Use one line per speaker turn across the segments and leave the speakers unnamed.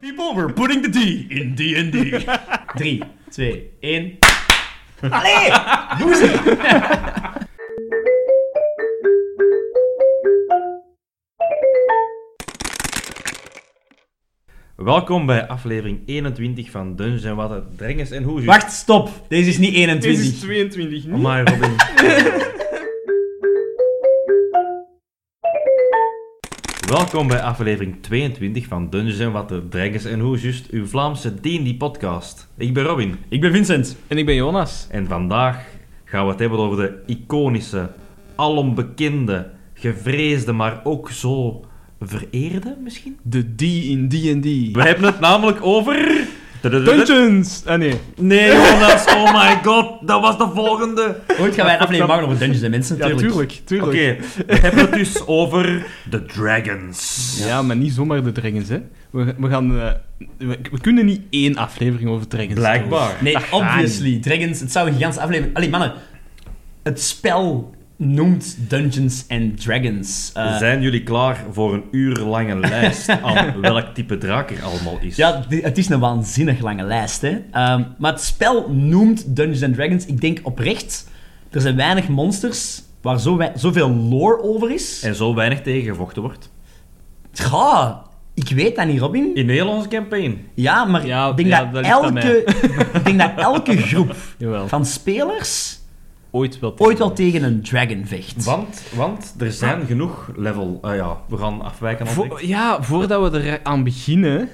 people, we're putting the D in D&D.
3, 2, 1.
Allee, doe ze!
Welkom bij aflevering 21 van Dungeons Water, Drengens en Hoesjes.
Wacht, stop. Deze is niet
Deze
21.
is 22, niet?
Amai, Robin. Welkom bij aflevering 22 van Dungeons Water, Drengens en Hoesjes, uw Vlaamse D&D-podcast. Ik ben Robin
Ik ben Vincent.
En ik ben Jonas.
en vandaag gaan we het hebben over de iconische, alombekende, gevreesde, maar ook zo vereerde misschien?
De D in D&D.
We hebben het namelijk over...
Dungeons! Ah nee.
Nee, Jonas, oh my god, dat was de volgende.
Ooit gaan wij een aflevering maken over Dungeons en Mensen,
Ja,
natuurlijk.
tuurlijk,
Oké,
tuurlijk.
we hebben het dus over de Dragons.
Ja, maar niet zomaar de Dragons, hè. We, we gaan... eh, we, we kunnen niet één aflevering over Dragons doen.
Blijkbaar.
Nee, obviously. Dragons, het zou een gigantische aflevering... Allee, mannen. Het spel noemt Dungeons and Dragons. Eh,
Zijn jullie klaar voor een uur lange lijst aan welk type draak er allemaal is?
ja, di- het is een waanzinnig lange lijst, hè. Ehm, maar het spel noemt Dungeons and Dragons. Ik denk oprecht, er zijn weinig monsters waar zo wei- zoveel lore over is.
En zo weinig tegengevochten wordt.
Ja, ik weet dat niet, Robin.
In heel onze campaign.
Ja, maar
Ja,
ik denk,
ja,
dat
dat ligt aan
elke, ik denk dat elke groep
Jawel.
van spelers
Ooit wel.
ooit wel tegen een dragon vecht.
Want, want er zijn genoeg level... Ah ja, we gaan afwijken. al direct.
Vo- ja, voordat we er aan beginnen...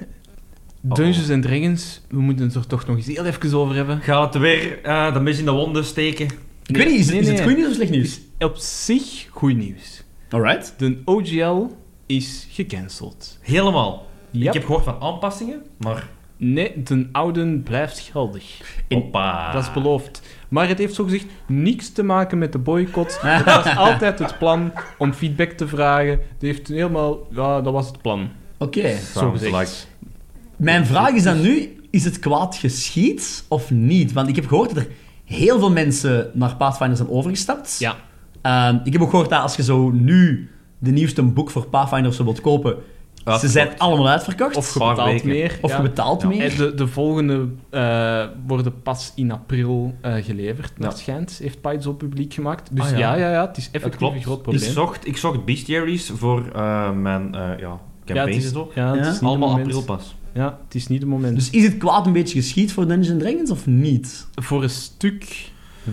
Dungeons and Dragons, we moeten het er toch nog eens heel even over hebben.
Gaat het weer eh, de mis in de wonden steken?
Ik weet niet, is, het-
Nee,
is
nee.
het goed nieuws of slecht nieuws?
Op zich, goed nieuws.
Alright.
De OGL is gecanceld.
Helemaal.
Ja.
Ik heb gehoord van aanpassingen, maar...
Nee, de oude blijft geldig.
In-
Hoppa.
Ah. Dat is beloofd. Maar het heeft zogezegd niks te maken met de boycott. Dat was altijd het plan om feedback te vragen. Dat heeft helemaal... Ja, dat was het plan.
Oké.
Sounds
Zo
like
gezegd.
Mijn vraag is dan nu, is het kwaad geschied of niet? Want ik heb gehoord dat er heel veel mensen naar Pathfinder zijn overgestapt.
Ja.
Ehm, ik heb ook gehoord dat als je zo nu de nieuwste boek voor Pathfinder of zo wilt kopen, ze zijn allemaal uitverkocht.
Of
Of,
je
Paar
betaalt
weken.
meer. ja.
je betaalt
Ja.
meer.
En De, de volgende eh, worden pas in april eh, geleverd. Dat
Ja.
schijnt, heeft Pides op publiek gemaakt. Dus
Ah, ja.
ja. Ja, ja, het is
Het
effectief
klopt.
een groot
ik,
probleem.
zocht, ik zocht bestiaries voor eh, mijn eh, ja,
ja, het
campaigns
is,
en zo.
ja, het
Ja.
is niet
Allemaal
de moment.
april pas.
Ja, het is niet het moment.
Dus is het kwaad een beetje geschied voor Dungeons and Dragons of niet?
voor een stuk w-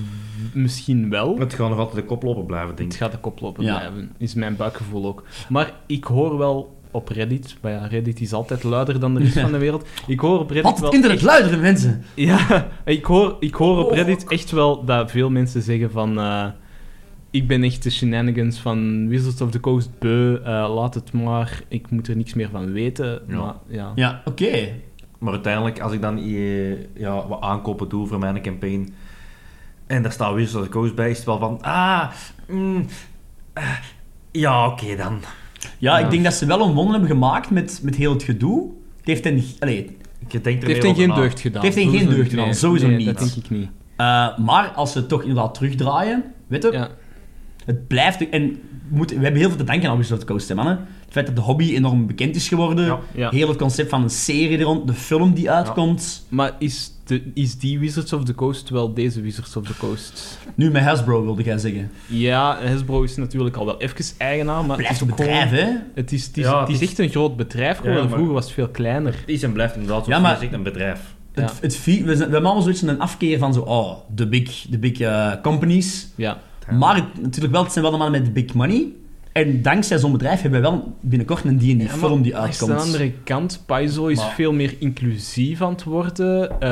misschien wel.
Het gaat nog altijd de kop lopen blijven, denk
Het
ik.
gaat de koploper
Ja.
blijven, is mijn buikgevoel ook. Maar ik hoor wel op Reddit, maar ja, Reddit is altijd luider dan de rest van de wereld. Ik hoor op Reddit
Wat?
wel...
Het internet luidere mensen.
Ja, ik hoor, ik hoor
Oh.
op Reddit echt wel dat veel mensen zeggen van... eh, ik ben echt de shenanigans van Wizards of the Coast beu, eh, laat het maar, ik moet er niks meer van weten.
Ja.
Maar, ja.
Ja, oké.
Maar uiteindelijk, als ik dan eh, ja, wat aankopen doe voor mijn campaign, en daar staat Wizards of the Coast bij, is het wel van, ah, mm, eh, ja, oké dan.
Ja, ik
Ja.
denk dat ze wel een wonder hebben gemaakt met, met heel het gedoe. Het heeft hen... Allee,
Je denkt er
Het heeft
meer over
hen geen
na.
deugd gedaan.
Het heeft hen geen
Sowieso
deugd
niet.
gedaan, sowieso
Nee,
niet.
dat denk ik niet.
eh, maar als ze het toch inderdaad terugdraaien, weet je,
Ja.
het blijft... En moet, we hebben heel veel te danken aan Wizard of the Coast, hè, mannen. Het feit dat de hobby enorm bekend is geworden,
Ja.
Ja.
heel het concept van een serie er rond, de film die uitkomt.
Maar is, de, is die Wizards of the Coast wel deze Wizards of the Coast?
Nu met Hasbro, wilde jij zeggen.
Ja, Hasbro is natuurlijk al wel even eigenaar, maar
Blijft
het
een
is ook gewoon-
bedrijf, hè?
Het is, het is,
Ja,
het
het
is
is-
echt een groot bedrijf
Ja,
geworden.
maar-
Vroeger was het veel kleiner.
Het is en blijft inderdaad, zoals
Ja, maar-
je zegt, een bedrijf.
Ja.
Het, het, vi- we, zijn- we hebben allemaal zoiets van een afkeer van zo, oh, de big, de big eh, companies.
Ja.
Ja.
Maar het, natuurlijk wel, het zijn wel de mannen met big money. En dankzij zo'n bedrijf hebben wij wel binnenkort een D&D-film die
Maar
uitkomt.
Aan de andere kant, Paizo is
Maar-
veel meer inclusief aan het worden. Eh,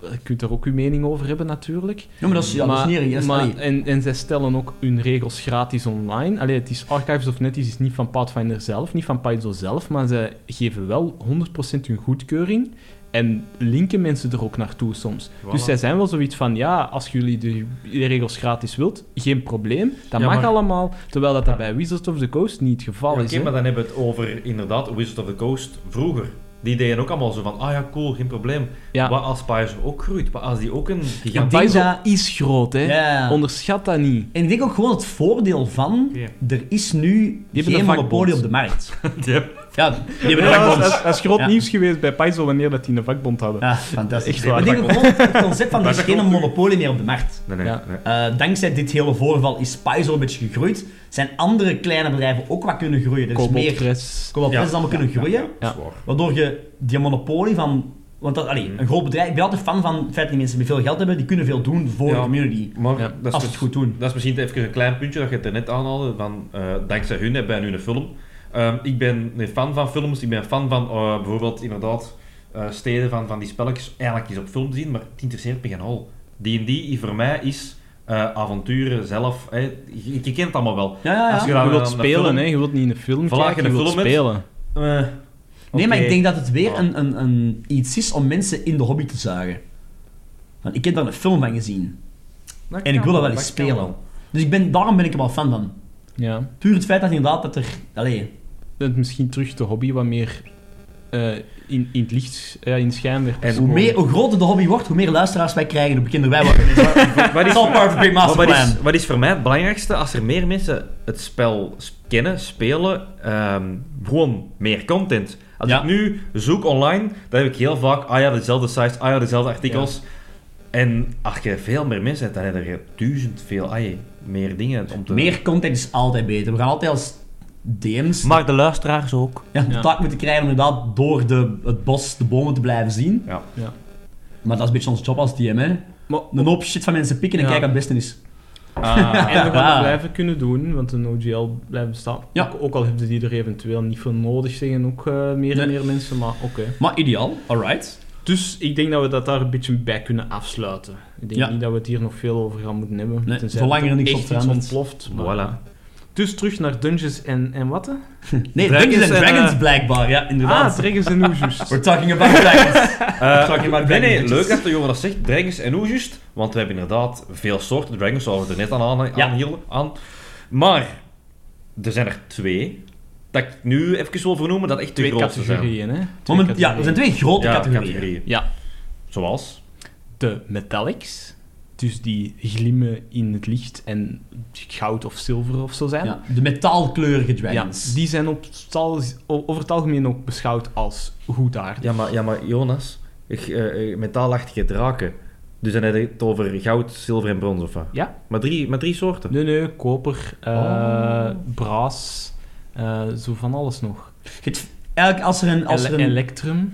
je kunt daar ook uw mening over hebben, natuurlijk.
Ja, maar dat is, ja, dat is niet erg, dat is-
maar-
allee.
en, en zij stellen ook hun regels gratis online. Allee, het is Archives of Netties is niet van Pathfinder zelf, niet van Paizo zelf, maar zij geven wel 100% hun goedkeuring en linken mensen er ook naartoe soms.
Voilà.
Dus zij zijn wel zoiets van, ja, als jullie de, de regels gratis wilt, geen probleem, dat
Ja,
mag
maar-
allemaal. Terwijl dat, dat
Ja.
bij Wizards of the Coast niet het geval
Ja,
is.
Oké,
hè.
maar dan hebben we het over inderdaad Wizards of the Coast vroeger. Die deden ook allemaal zo van, ah ja, cool, geen probleem.
Ja.
Wat als Pfizer ook groeit? Wat als die ook een
Ja,
Ik
gigantisch...
denk
Paizo
dat-
is groot, hè.
Ja.
Onderschat dat niet.
En ik denk ook gewoon het voordeel van,
Ja.
er is nu
hebben
geen
een vakbond.
monopolie op de markt.
Die hebben-
Ja, die hebben
Ja,
een
dat, is-
vakbond.
dat is groot
Ja.
nieuws geweest bij Paizo wanneer dat die een vakbond hadden.
Ja, fantastisch.
Echt waar.
Ik denk gewoon het concept van er is
Dat
geen
klopt.
monopolie meer op de markt.
Nee, nee,
Ja.
nee.
Eh, dankzij dit hele voorval is Paizo een beetje gegroeid. Zijn andere kleine bedrijven ook wat kunnen groeien. Er is
Cobalt
meer
Press.
Cobalt Press
Ja.
is allemaal kunnen groeien.
Ja.
Zwaar.
Waardoor je die monopolie van... Want dat, allee, een groot bedrijf... Ik ben altijd fan van het feit dat die mensen die veel geld hebben, die kunnen veel doen voor
Ja.
de community.
Maar
Ja,
dat, is
als ze het goed doen.
dat is misschien even een klein puntje dat je het er net aanhaalde. Van, eh, dankzij hun hebben wij nu een film. Ehm, ik ben een fan van films. Ik ben fan van eh, bijvoorbeeld inderdaad eh, steden van, van die spelletjes. Eigenlijk is op film te zien, maar het interesseert me geen hol. D&D i- voor mij is eh, avonturen zelf. hè. je, je kent het allemaal wel.
Ja, ja, ja.
Als je
Je
dan
wilt
een
spelen,
film-
hè? Je wilt niet in een film
Voilà,
kijken,
je
je
een
wilt
film hebt.
spelen.
Eh,
Nee, maar
oké.
ik denk dat het weer
Ja.
een, een, een, iets is om mensen in de hobby te zuigen. Want ik heb daar een film van gezien.
Dat
En ik
kan
wil dat wel
dat
eens
kan
spelen.
wel.
Dus ik ben, daarom ben ik er wel fan van.
Ja.
Puur het feit dat inderdaad dat er... Allee,
Dat misschien terug de hobby wat meer eh, in, in het licht, ja, in het schijn werd.
En
hoe, meer, hoe groter de hobby wordt, hoe meer luisteraars wij krijgen, hoe bekender wij worden.
Wat
Het
is,
is al part of Big
Maar
Master
wat
Plan.
is, wat is voor mij het belangrijkste? Als er meer mensen het spel s- kennen, spelen, ehm, gewoon meer content. Als
Ja.
ik nu zoek online, dan heb ik heel vaak, ah ja, dezelfde sites, ah ja, dezelfde artikels. En als je veel meer mensen hebt, dan heb je duizend veel, ah jee, meer dingen om te...
Meer content is altijd beter. We gaan altijd als DM's
Maar de luisteraars ook.
ja, de
Ja.
taak moeten krijgen om inderdaad door de, het bos de bomen te blijven zien.
Ja.
Ja.
Maar dat is een beetje onze job als DM, hè.
Maar-
Een hoop shit van mensen pikken en
Ja.
kijken wat het beste is. Ah.
En we gaan
Ja.
dat blijven kunnen doen, want een OGL blijft bestaan.
Ja.
Ook, ook al hebben die er eventueel niet voor nodig, zeggen ook eh, meer
Nee.
en meer mensen, maar oké.
Maar ideaal, alright.
Dus ik denk dat we dat daar een beetje bij kunnen afsluiten. Ik denk
Ja.
niet dat we het hier nog veel over gaan moeten hebben.
Nee,
tenzij
zolang
dat
er niks
echt
op
iets
verandert.
ontploft. maar-
Voilà.
Dus terug naar Dungeons en, en wat? hè?
Nee,
Dragons
Dungeons and
en,
Dragons
eh,
blijkbaar, ja,
Ah,
inderdaad.
Dragons en Oejust.
We're talking about dragons.
Eh,
Zag je maar
nee, nee,
dragonetjes.
leuk dat de jongen dat zegt. Dragons en hoe juist? Want we hebben inderdaad veel soorten dragons, zoals we er net aan, aan,
Ja.
aanhielden- aan. Maar er zijn er twee dat ik nu even wil vernoemen dat echt de
Twee
grootste zijn.
categorieën, hè? Twee
Moment, ja, er zijn twee grote
Ja,
categorieën.
Ja,
Zoals?
de metallics, dus die glimmen in het licht en goud of zilver of zo zijn.
Ja, de metaalkleurige
Ja,
dragons.
die zijn op het al- o- over het algemeen ook beschouwd als goed aardig.
Ja, maar, ja, maar Jonas, ik, eh, eh, metaalachtige draken. Dus dan heb je het over goud, zilver en brons of wat?
Ja.
Maar drie, maar drie soorten.
Nee, nee, koper, eh,
Oh.
braas, eh, zo van alles nog.
Het- eigenlijk als er een... Als er
Ele-
een
Electrum,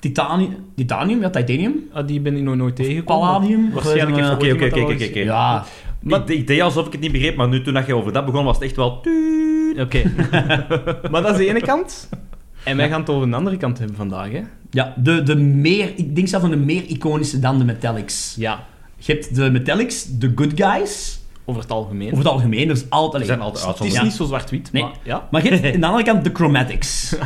titanium, titanium, ja, titanium.
ah, die ben ik nog nooit tegengekomen.
Palladium.
Waarschijnlijk
Of,
heeft
eh,
ooit
Oké, oké,
iemand
oké,
dat al
oké,
eens-
oké.
Ja,
Ik, ik deed alsof ik het niet begreep, maar nu toen dat je over dat begon, was het echt wel... tuut.
Oké, maar dat is de ene kant. En wij gaan het over de andere kant hebben vandaag, hè?
ja de, de meer, ik denk zelf van de meer iconische dan de Metallics.
Ja,
Je hebt de Metallics, de good guys,
over het algemeen.
over het algemeen, er is altijd...
Er zijn altijd
Het is
uitzonderingen.
niet zo zwart-wit,
Nee.
maar ja.
Maar je hebt aan de andere kant de chromatics.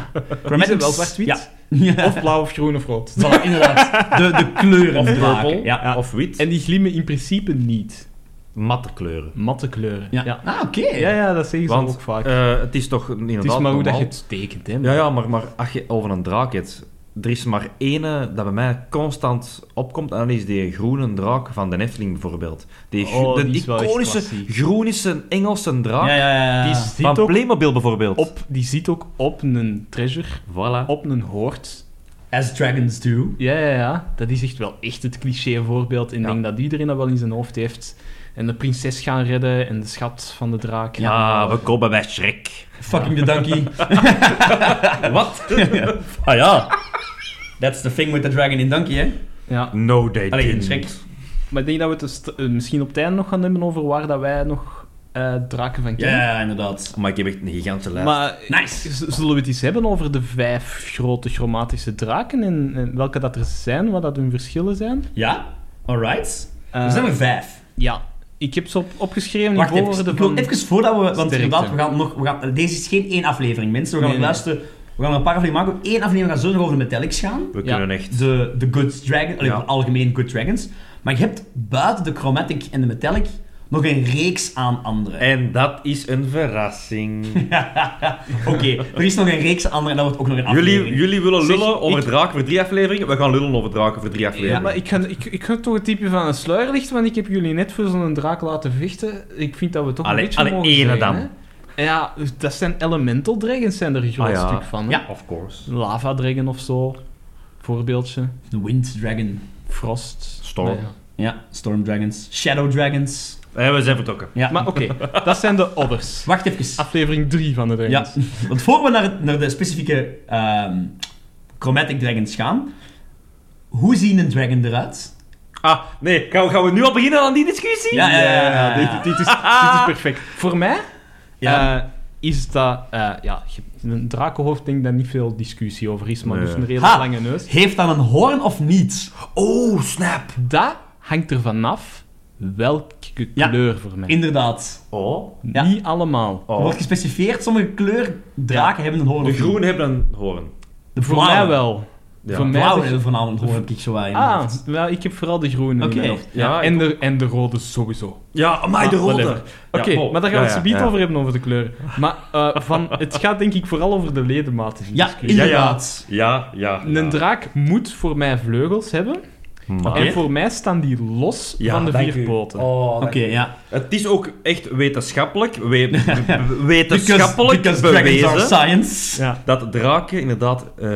Die zijn wel zwart-wit.
Ja. ja.
Of blauw of groen of rood.
Voilà, inderdaad. De, de kleuren
Of
draken,
purple,
Ja.
of wit.
En die glimmen in principe niet.
matte kleuren.
Matte kleuren.
Ja.
ja.
Ah, oké.
Ja, ja, dat zeggen ze
Want
ook vaak.
eh, het is toch
het
inderdaad
is maar hoe dat
normaal.
je het tekent, hè.
Ja, ja maar, maar als je over een draak hebt... Er is maar ene dat bij mij constant opkomt, en dat is die groene draak van de Efteling bijvoorbeeld. Die, gro-
Oh,
de
die is wel echt
iconische
klassiek.
groene Engelse draak
Ja, ja, ja, ja.
Die is-
van
Ziet ook-
Playmobil bijvoorbeeld.
Op, die zit ook op een treasure,
Voilà.
op een hoort.
As dragons do.
Ja, ja, ja. Dat is echt wel echt het cliché voorbeeld. Ik
Ja.
denk dat iedereen dat wel in zijn hoofd heeft. En de prinses gaan redden en de schat van de draak.
Ja, we komen bij Shrek.
Fucking the donkey.
Wat?
ah ja. That's the thing with the dragon in donkey, hè.
Ja.
No, they
Allee,
didn't.
Shrek.
Maar ik denk dat we het dus t- eh, misschien op het einde nog gaan hebben over waar dat wij nog eh, draken van
Ja,
kennen.
ja, inderdaad.
Maar ik heb echt een gigantische lijst.
Maar
Nice.
z- zullen we het eens hebben over de vijf grote chromatische draken en, en welke dat er zijn, wat dat hun verschillen zijn?
Ja, alright.
Eh,
er zijn er vijf.
Ja, ik heb ze op, opgeschreven
Wacht
in
even,
volgorde
ik wil
van...
even voordat we... Want
Sterkte.
inderdaad, we gaan nog... We gaan, deze is geen één aflevering, mensen. We gaan
Nee, nee.
luisteren... We gaan er een paar afleveringen maken. Op één aflevering gaan we zo nog over de Metallics gaan.
we
ja.
kunnen echt...
De, de Good Dragons...
Ja.
algemeen Good Dragons. Maar je hebt buiten de Chromatic en de Metallic nog een reeks aan andere.
En dat is een verrassing.
Oké, er is nog een reeks aan andere en dat wordt ook nog een aflevering.
jullie, jullie willen
Zeg,
lullen over
ik-
draken voor drie afleveringen? We gaan lullen over draken voor drie
Ja,
afleveringen.
maar ik ga, ik, ik ga toch het type van een sluierlicht, want ik heb jullie net voor zo'n draak laten vechten. Ik vind dat we toch
Allee,
een beetje
allee,
mogen
ene
zeggen,
dan.
hè. Ja, dus dat zijn elemental dragons zijn er een groot
Ah, ja.
stuk van. hè.
Ja.
Of course.
Lava dragon of zo. Voorbeeldje.
De Wind Dragon.
Frost.
Storm.
Nee, ja.
Ja, Storm Dragons. Shadow Dragons.
Eh, we zijn vertrokken.
Ja.
Maar Ah. oké, dat zijn de others.
Wacht even.
Aflevering 3 van de
Ja,
dragons.
want voor we naar, het- naar de specifieke ehm, Chromatic Dragons gaan, hoe zien een dragon eruit?
Ah, nee. Gaan we, gaan we nu al beginnen aan die discussie?
Ja, ja, ja. ja, ja.
dit, dit is, dit is perfect. Voor mij
Ja.
eh, is dat... eh, ja, je- een drakenhoofd denk ik dat niet veel discussie over is, maar
Nee.
dus een redelijk
Ha!
lange neus.
Eh, Heeft dat een hoorn of niet?
Oh, snap.
Dat hangt er vanaf welke
Ja.
kleur voor mij.
Inderdaad.
Oh.
ja.
Niet allemaal.
Er
oh.
wordt gespecificeerd, sommige kleurdraken hebben een hoorn
De
of niet.
groen hebben een hoorn.
De
Voor
blauwe.
mij wel.
Ja.
Voor mij
Blauwe
de-
hebben voornamelijk hoorn, heb ik zo aan.
Ah, wel, ik heb vooral de groene. in
Oké.
mijn hoofd.
Ja,
en,
ik-
de, en de rode sowieso.
Ja, maar de
Ah,
rode.
whatever. Oké,
oh,
maar daar gaan
ja,
we het
ja,
zo
ja.
over hebben, over de kleuren. Maar eh, van, het gaat denk ik vooral over de ledematen. die
Ja,
discussie.
ja.
inderdaad.
Ja, ja. ja.
Een draak moet voor mij vleugels hebben.
Maar-
Oké.
En voor mij staan die los
Ja,
van de
dank
vier
u.
poten.
Oh,
Oké,
dank u.
ja.
Het is ook echt wetenschappelijk, we- we-
Because,
wetenschappelijk
because dragons are
bewezen
science.
Ja,
dat draken inderdaad eh,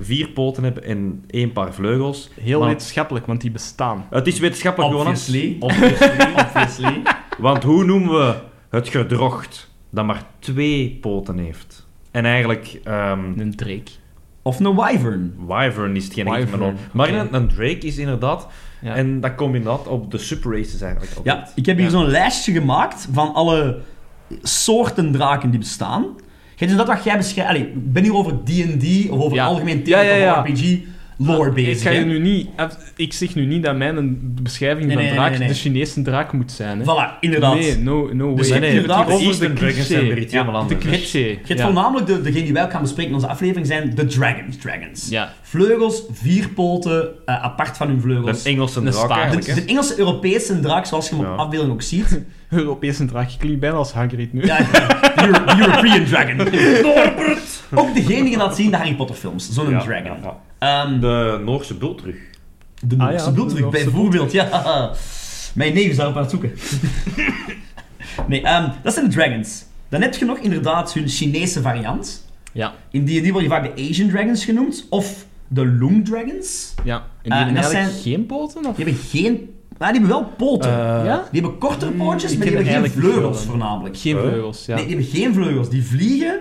vier poten hebben en één paar vleugels.
heel
Maar
wetenschappelijk, want die bestaan.
Het is wetenschappelijk, Jonas.
Obviously.
Obviously.
Obviously.
Want hoe noemen we het gedrocht dat maar twee poten heeft? En eigenlijk, ehm
Een dreek.
Of een wyvern.
wyvern is hetgeen ik
Wyvern,
me Maar
oké.
een, een drake is inderdaad,
Ja.
en dat komt inderdaad op de subraces eigenlijk
Ja,
altijd.
ik heb hier
Ja.
zo'n lijstje gemaakt van alle soorten draken die bestaan. Je hebt dus dat wat jij beschrijft. Allee, ik ben hier over D&D of over
Ja.
algemeen
Ja,
thema
ja, ja.
of RPG lore bezig.
Ik, ga je
hè.
nu niet, af- ik zeg nu niet dat mijn beschrijving
Nee,
van
nee,
draak
nee, nee, nee.
de Chinese draak moet zijn. Hè?
Voilà, inderdaad.
Nee, no, no way.
Dus
Nee,
je hebt
nee,
inderdaad
de
over de
Eastern Dragons
cliché.
zijn weer iets
Ja,
helemaal
de
anders.
cliché.
Je hebt
ja.
voornamelijk de, degene die wij ook gaan bespreken in onze aflevering zijn de dragons. dragons.
Ja.
Vleugels, vier poten, eh, apart van hun
Een
vleugels.
Engelse
Een
draak
staart.
eigenlijk,
de,
hè?
de Engelse Europese draak, zoals je hem
Ja.
op afbeelding ook ziet.
Europese draak. Je klinkt bijna als Hagrid nu.
Ja, de Euro- de European dragon. Norbert! Ook degene die dat zien in de Harry Potter films, zo'n
Ja,
dragon.
ja, ja.
Ehm,
De Noorse bultrug.
De
Ah,
Noorse
ja, de
bloeddruk,
Noorse
bijvoorbeeld. Ja. Mijn neef is daarop aan het zoeken. nee, ehm, dat zijn de dragons. Dan heb je nog inderdaad hun Chinese variant.
Ja.
In D&D word je vaak de Asian dragons genoemd. Of de Lung dragons.
ja. En die
en
hebben
Eh, dat
eigenlijk
zijn-
geen poten? Of?
Die hebben geen... Maar die hebben wel poten.
Eh,
ja?
die hebben kortere
Mm,
pootjes,
ik
maar die
heb
hebben geen
eigenlijk niet
vleugels
veel, hè.
voornamelijk.
Geen
Huh?
vleugels, ja.
Nee, die hebben geen vleugels. Die vliegen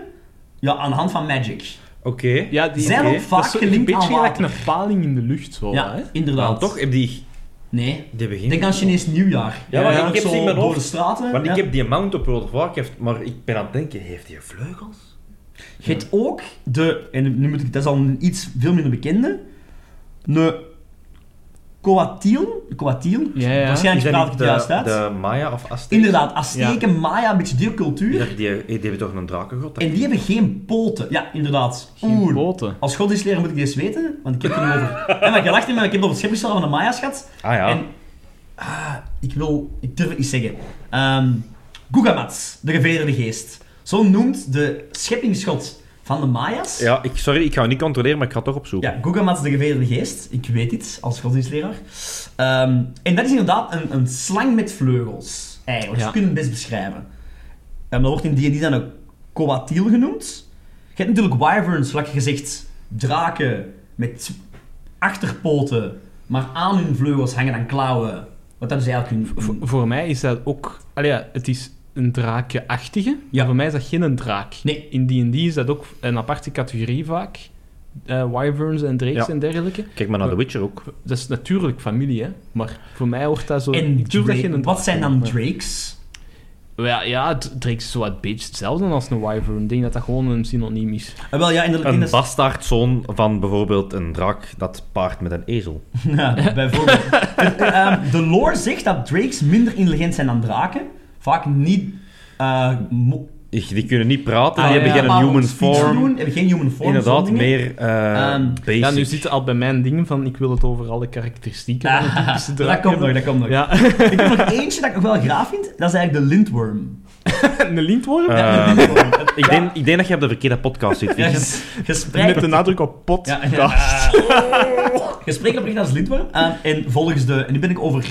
ja, aan de hand van magic.
Oké.
ja die
Zijn
oké.
ook vaak
Dat is zo
gelinkt
Een beetje
aan
gelijk een paling in de lucht, zo.
ja,
Hè?
inderdaad.
Nou, toch heb die...
Nee.
Die hebben geen-
Denk aan Chinees nieuwjaar.
Ja, maar ik heb
zo
ze in mijn
door
hoofd.
de straten.
Want
ja.
ik heb die mount op World of Warcraft, maar ik ben aan het denken, heeft hij vleugels?
Je hebt ook de, en nu moet ik, dat is al een iets veel minder bekende, een coatiel, coatiel,
Ja, ja.
waarschijnlijk
Is dat
praat ik
niet
het juist uit.
de Maya of Aztec?
Inderdaad, Azteken, Maya, een beetje die
Die,
cultuur.
die, die, hebben toch een drakengod?
En die hebben geen poten. Ja, inderdaad.
Geen
Oer.
poten.
Als godsdienstleraar moet ik deze weten, want ik heb het er nog over... En maar je lacht in mij, ik heb het over het scheppingsverhaal van de Maya's gehad.
Ah ja.
En, ah, ik wil, ik durf het niet zeggen. Ehm Gugamats, de gevederde geest. Zo noemt de scheppingsgod van de Maya's.
Ja, ik, sorry, ik ga het niet controleren, maar ik ga het toch opzoeken.
Ja, Gugamats de gevederde geest. Ik weet dit, als godsdienstleraar. Ehm, en dat is inderdaad een, een slang met vleugels. Eigenlijk,
Ja.
je kunt het best beschrijven. En dat wordt in D&D dan een coatiel genoemd. Je hebt natuurlijk wyverns, vlak gezegd, draken met achterpoten, maar aan hun vleugels hangen dan klauwen. Wat dat is eigenlijk hun...
Voor, voor mij is dat ook... Allee, ja, het is een draakje-achtige. maar
Ja.
Voor mij is dat geen een draak.
Nee.
In D&D is dat ook een aparte categorie vaak. Eh, wyverns en drakes
Ja.
en dergelijke.
Kijk maar naar The Witcher ook.
Dat is natuurlijk familie, hè. Maar voor mij hoort dat zo...
En
ik durf dat
dra-
geen een
wat
draak
zijn
te
dan
noemen.
drakes?
Ja, ja, d- Drake is zo wat beetje hetzelfde als een wyvern. Ik denk dat dat gewoon een synoniem is.
Ah, wel ja, in de, in
Een
de-
bastaardzoon van bijvoorbeeld een draak dat paard met een ezel.
Ja, bijvoorbeeld. Ehm, de lore zegt dat drakes minder intelligent zijn dan draken. Vaak niet... eh, mo-
Ik- Die kunnen niet praten,
Ah,
die
ja,
hebben
ja,
geen
bepaalde
human
speech
form.
Doen, hebben geen human form.
Inderdaad,
zo'n dingen.
meer eh
Ehm,
basic.
Ja, nu zit het al bij mijn dingen van ik wil het over alle
Ah.
karakteristieken van een typische draak
Dat komt nog,
hebben.
dat komt nog.
Ja,
Ik heb nog eentje dat ik nog wel graaf vind. Dat is eigenlijk de lintworm.
een lintworm
Eh,
Ja, de lintworm.
ik, denk, ik denk dat je op de verkeerde podcast zit,
Ja,
Vincent.
ges- gesprek.
met de nadruk op pot.
Ja,
Ja,
ja. Gesprek oprecht als lintworm. Ehm, en volgens de... En nu ben ik over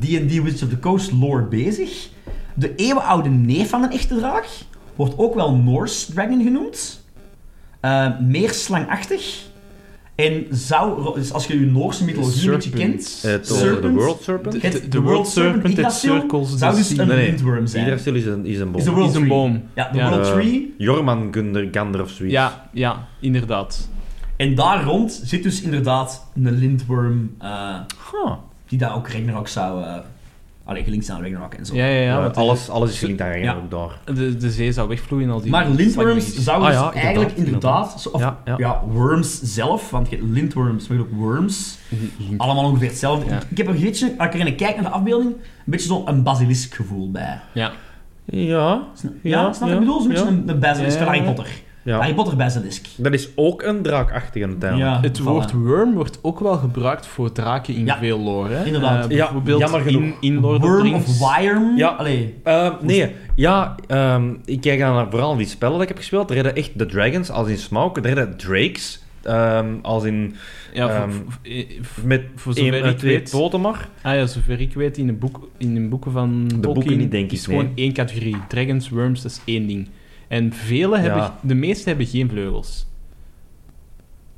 D&D Wizards of the Coast lore bezig. De eeuwenoude neef van een echte draak Wordt ook wel Norse Dragon genoemd. Eh, meer slangachtig. En zou, dus als je je Noorse mythologie een beetje
Serpent.
kent...
Eh, het over de
Serpent.
World Serpent?
De-
Het-
de World Serpent, it
Yggdrasil
circles the
zou dus
sea.
een
Nee, nee.
windworm zijn.
Yggdrasil is een, is een boom.
Is een
is een
tree.
boom.
Ja, de
Ja.
World
Eh,
Tree.
Jorman Gunder Gander of zoiets.
Ja, ja, inderdaad.
En daar rond zit dus inderdaad een lindworm eh,
Huh.
die daar ook Ragnarok zou... eh allee, gelinkt aan Ragnarok en zo.
Ja, ja, ja.
Ja,
want
Eh, alles, alles is gelinkt aan
Ja.
ja. ook daar.
de, de zee zou wegvloeien al die...
Maar lindworms
slangen-
zouden
Ah,
dus
ja,
eigenlijk inderdaad... zo- of,
Ja,
ja,
ja.
worms zelf, want je hebt lindworms, maar je hebt ook worms.
Mhm,
Allemaal ongeveer hetzelfde.
Ja.
Ik heb een beetje, als ik er kijk naar de afbeelding, een beetje zo'n basilisk gevoel bij.
Ja.
Ja.
Sna- Ja,
Ja,
snap je
ja,
ik bedoel? Zo'n beetje
ja.
een, een basilisk van
Ja.
Harry Potter. Harry
ja.
Potter basilisk.
Dat is ook een draakachtige uiteindelijk.
Ja,
Het
Ah, voilà.
woord worm wordt ook wel gebruikt voor draken in
Ja,
veel lore. Hè?
inderdaad.
Eh,
Ja,
bijvoorbeeld
jammer genoeg.
in, in Lord of the
Worm
Rings.
of Wyrm.
Ja.
Allee.
Eh, nee, ja, ehm, ik kijk dan naar vooral die spellen dat ik heb gespeeld. Er redden echt de dragons, als in Smaug. Er redden drakes, ehm, als in...
Ja,
Ehm,
voor, voor- eh, voor-
Met
voor
één
zover
uit
ik
twee
weet...
poten maar.
Ah ja, zover ik weet, in de, boek, in de boeken van de
boeken niet, denk
is
ik,
gewoon
nee.
één categorie. Dragons, worms, dat is één ding. En vele
Ja.
hebben... De meeste hebben geen vleugels.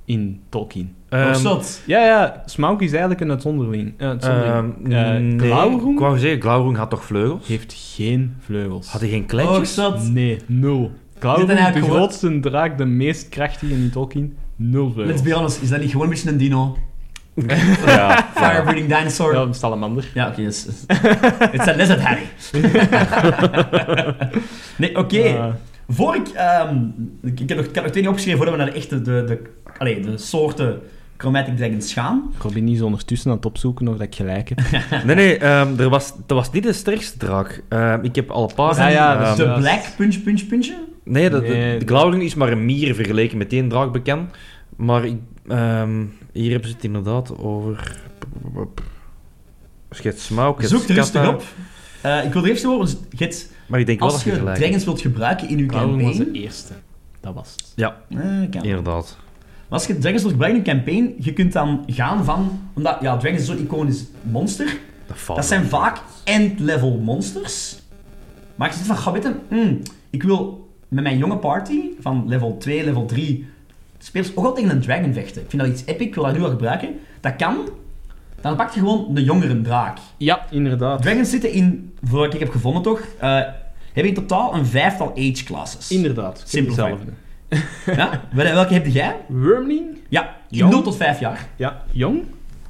In Tolkien.
Nog
Ehm,
zot.
Ja, ja, Smaug is eigenlijk een uitzonderling. Eh, uitzondering.
ehm,
Eh,
nee,
Glaurung?
Ik wou zeggen, Glaurung had toch vleugels?
Heeft geen vleugels.
Had hij geen
Oh,
Nog
kletjes?
zot.
Nee, nul. Cloud,
Dit is
de
eigenlijk gewoon-
grootste draak, de meest krachtige in Tolkien, nul vleugels.
Let's be honest, is dat niet gewoon een beetje een dino?
ja.
Fire-breathing dinosaur?
Ja,
Ja,
een salamander.
oké. yes. It's a lizard, Harry. nee, oké.
Ah.
Eh,
Voor ik... ehm, ik, ik heb nog, ik heb nog twee niet opgeschreven voordat we naar de echte... De, de, allee, de soorten chromatic dragons gaan.
Robin is ondertussen aan het opzoeken of dat ik gelijk heb.
Nee, nee, ehm, er was, dat was niet de sterkste draak. Ehm, ik heb al een paar...
Ah, ja, dat is
ehm,
de
juist.
black punch punch puntje.
Nee, de, de-
Nee,
de
dat-
Glaurung is maar een mier vergeleken met één draak bekend. Maar ik, ehm, hier hebben ze het inderdaad over... Schet Smaug, je hebt
Zoek er rustig
Skatta.
op. Eh, ik wil er even horen, want je hebt-
Maar ik denk wel
als
dat je
je
gelijk hebt.
dragons wilt gebruiken in je
Cloud was de
campaign...
eerste. Dat was het.
Eh, kan.
Inderdaad.
Maar als je Dragons Lord gebruikt in een campaign, je kunt dan gaan van... Omdat, ja, Dragons is zo'n iconisch monster.
Dat, valt
Dat zijn
wel.
vaak end-level monsters. Maar ik zit van, gabbitten, mm, ik wil met mijn jonge party, van level 2, level 3, speels ook al tegen een dragon vechten. Ik vind dat iets epic, ik wil dat nu al gebruiken. Dat kan. Dan pak je gewoon de jongere draak.
Ja, inderdaad.
Dragons zitten in, voor wat ik heb gevonden toch, eh, hebben in totaal een vijftal age classes.
Inderdaad. ik heb
Simpel
dezelfde.
Ja? Wel- Welke heb jij?
Wormling?
Ja,
Jong.
0 tot 5 jaar.
Ja. Jong?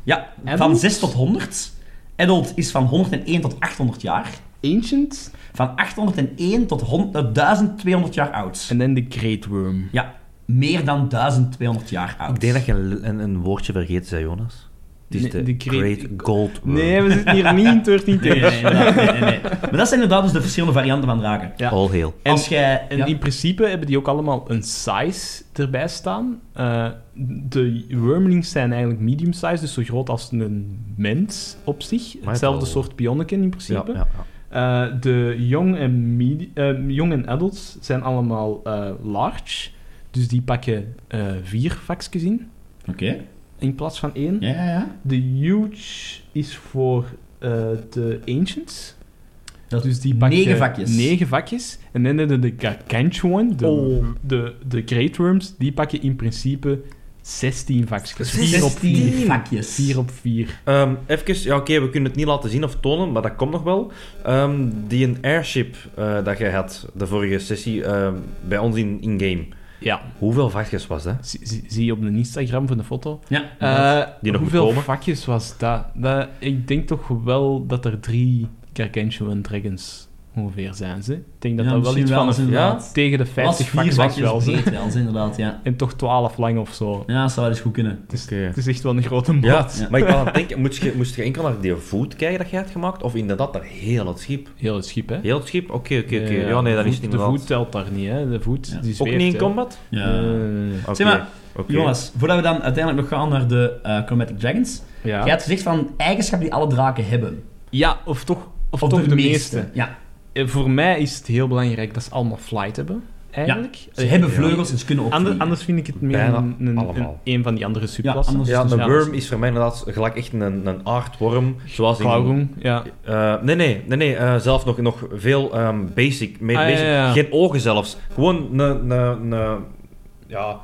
Ja, van
Adult?
6 tot 100. Adult is van 101 tot 800 jaar.
Ancient?
Van 801 tot hon- eh, 1200 jaar oud.
En dan de Great Worm.
Ja, meer dan 1200 jaar oud.
Ik denk dat je een, een, een woordje vergeet, zei Jonas. Het is
Nee,
de,
de
Great,
great-
Gold Worm.
Nee, we zitten hier niet in 13
Nee, nee,
Tales.
nee, inderdaad, nee, nee, nee. Maar dat zijn inderdaad dus de verschillende varianten van draken.
ja.
All hail.
En-
Als jij...
En
ja,
in principe hebben die ook allemaal een size erbij staan. Eh, de wormlings zijn eigenlijk medium size, dus zo groot als een mens op zich.
het
Hetzelfde
wel.
soort pionneken in
Ja,
principe.
ja,
Eh, de jong en, medi- eh, jong en adults zijn allemaal eh, large. Dus die pakken eh, vier vakjes in,
Oké.
in plaats van één.
Ja, ja, ja.
De huge is voor eh, de ancients.
Dat
Dus die pakken
Negen vakjes.
negen vakjes. En dan hebben de gargantuan, de,
Oh.
de, de great worms, die pakken in principe 16 vakjes. 4 op 4.
16 vakjes.
4 op 4.
Ehm, even, ja, oké, we kunnen het niet laten zien of tonen, maar dat komt nog wel. Ehm, die een airship eh, dat jij had, de vorige sessie, ehm, bij ons in- in-game.
Ja,
Hoeveel vakjes was dat?
zie, zie- zie je op de Instagram van de foto.
Ja.
Eh,
Die nog moet
hoeveel
komen.
vakjes was dat? dat? Ik denk toch wel dat er drie gargantuan dragons ongeveer zijn. Ze. Ik denk dat
Ja,
dat wel
misschien
iets
wel,
van een-
inderdaad.
ja, tegen de
Als
50
vier
vakjes was
vakjes
wel. ze.
breed wel, inderdaad, ja.
En toch 12 lang of zo.
Ja, dat zou wel eens goed kunnen.
Het is,
Oké.
het is echt wel een grote maat.
Ja,
Ja.
maar ik was aan het denken, moest je, moest je enkel naar die voet kijken dat jij had gemaakt? Of inderdaad naar heel het schip?
Heel het schip, hè?
Heel het schip? Oké, oké, oké.
Eh,
Ja, nee, dat is
voet-
niet
De voet
inderdaad.
telt daar niet, hè. De voet,
Ja.
die
Ook
zweeft,
niet
hè.
in combat? Eh,
Nee,
Ja.
nee, nee, nee.
Oké,
Zeg maar,
oké.
Jongens, voordat we dan uiteindelijk nog gaan naar de eh, Chromatic Dragons.
Ja.
Jij had gezegd van eigenschappen die alle draken hebben.
ja, of toch, of toch de, meeste.
Ja.
Eh, Voor mij is het heel belangrijk dat ze allemaal flight hebben. eigenlijk.
Ze
Eh,
hebben
Ja.
vleugels en ze kunnen ook
ander-
vliegen.
anders vind ik het meer
Bijna
een, een, een,
allemaal.
een van die andere subklassen.
anders-
Ja,
Dus
een
ja,
worm
dus-
is voor mij inderdaad gelijk echt een, een aardworm. Zoals in...
Klauwroen, ja.
Eh, nee, nee, nee, nee eh, zelf nog, nog veel ehm, basic, meer
Ah, ja,
basic.
ja, ja.
Geen ogen zelfs. Gewoon een, een, een, ja,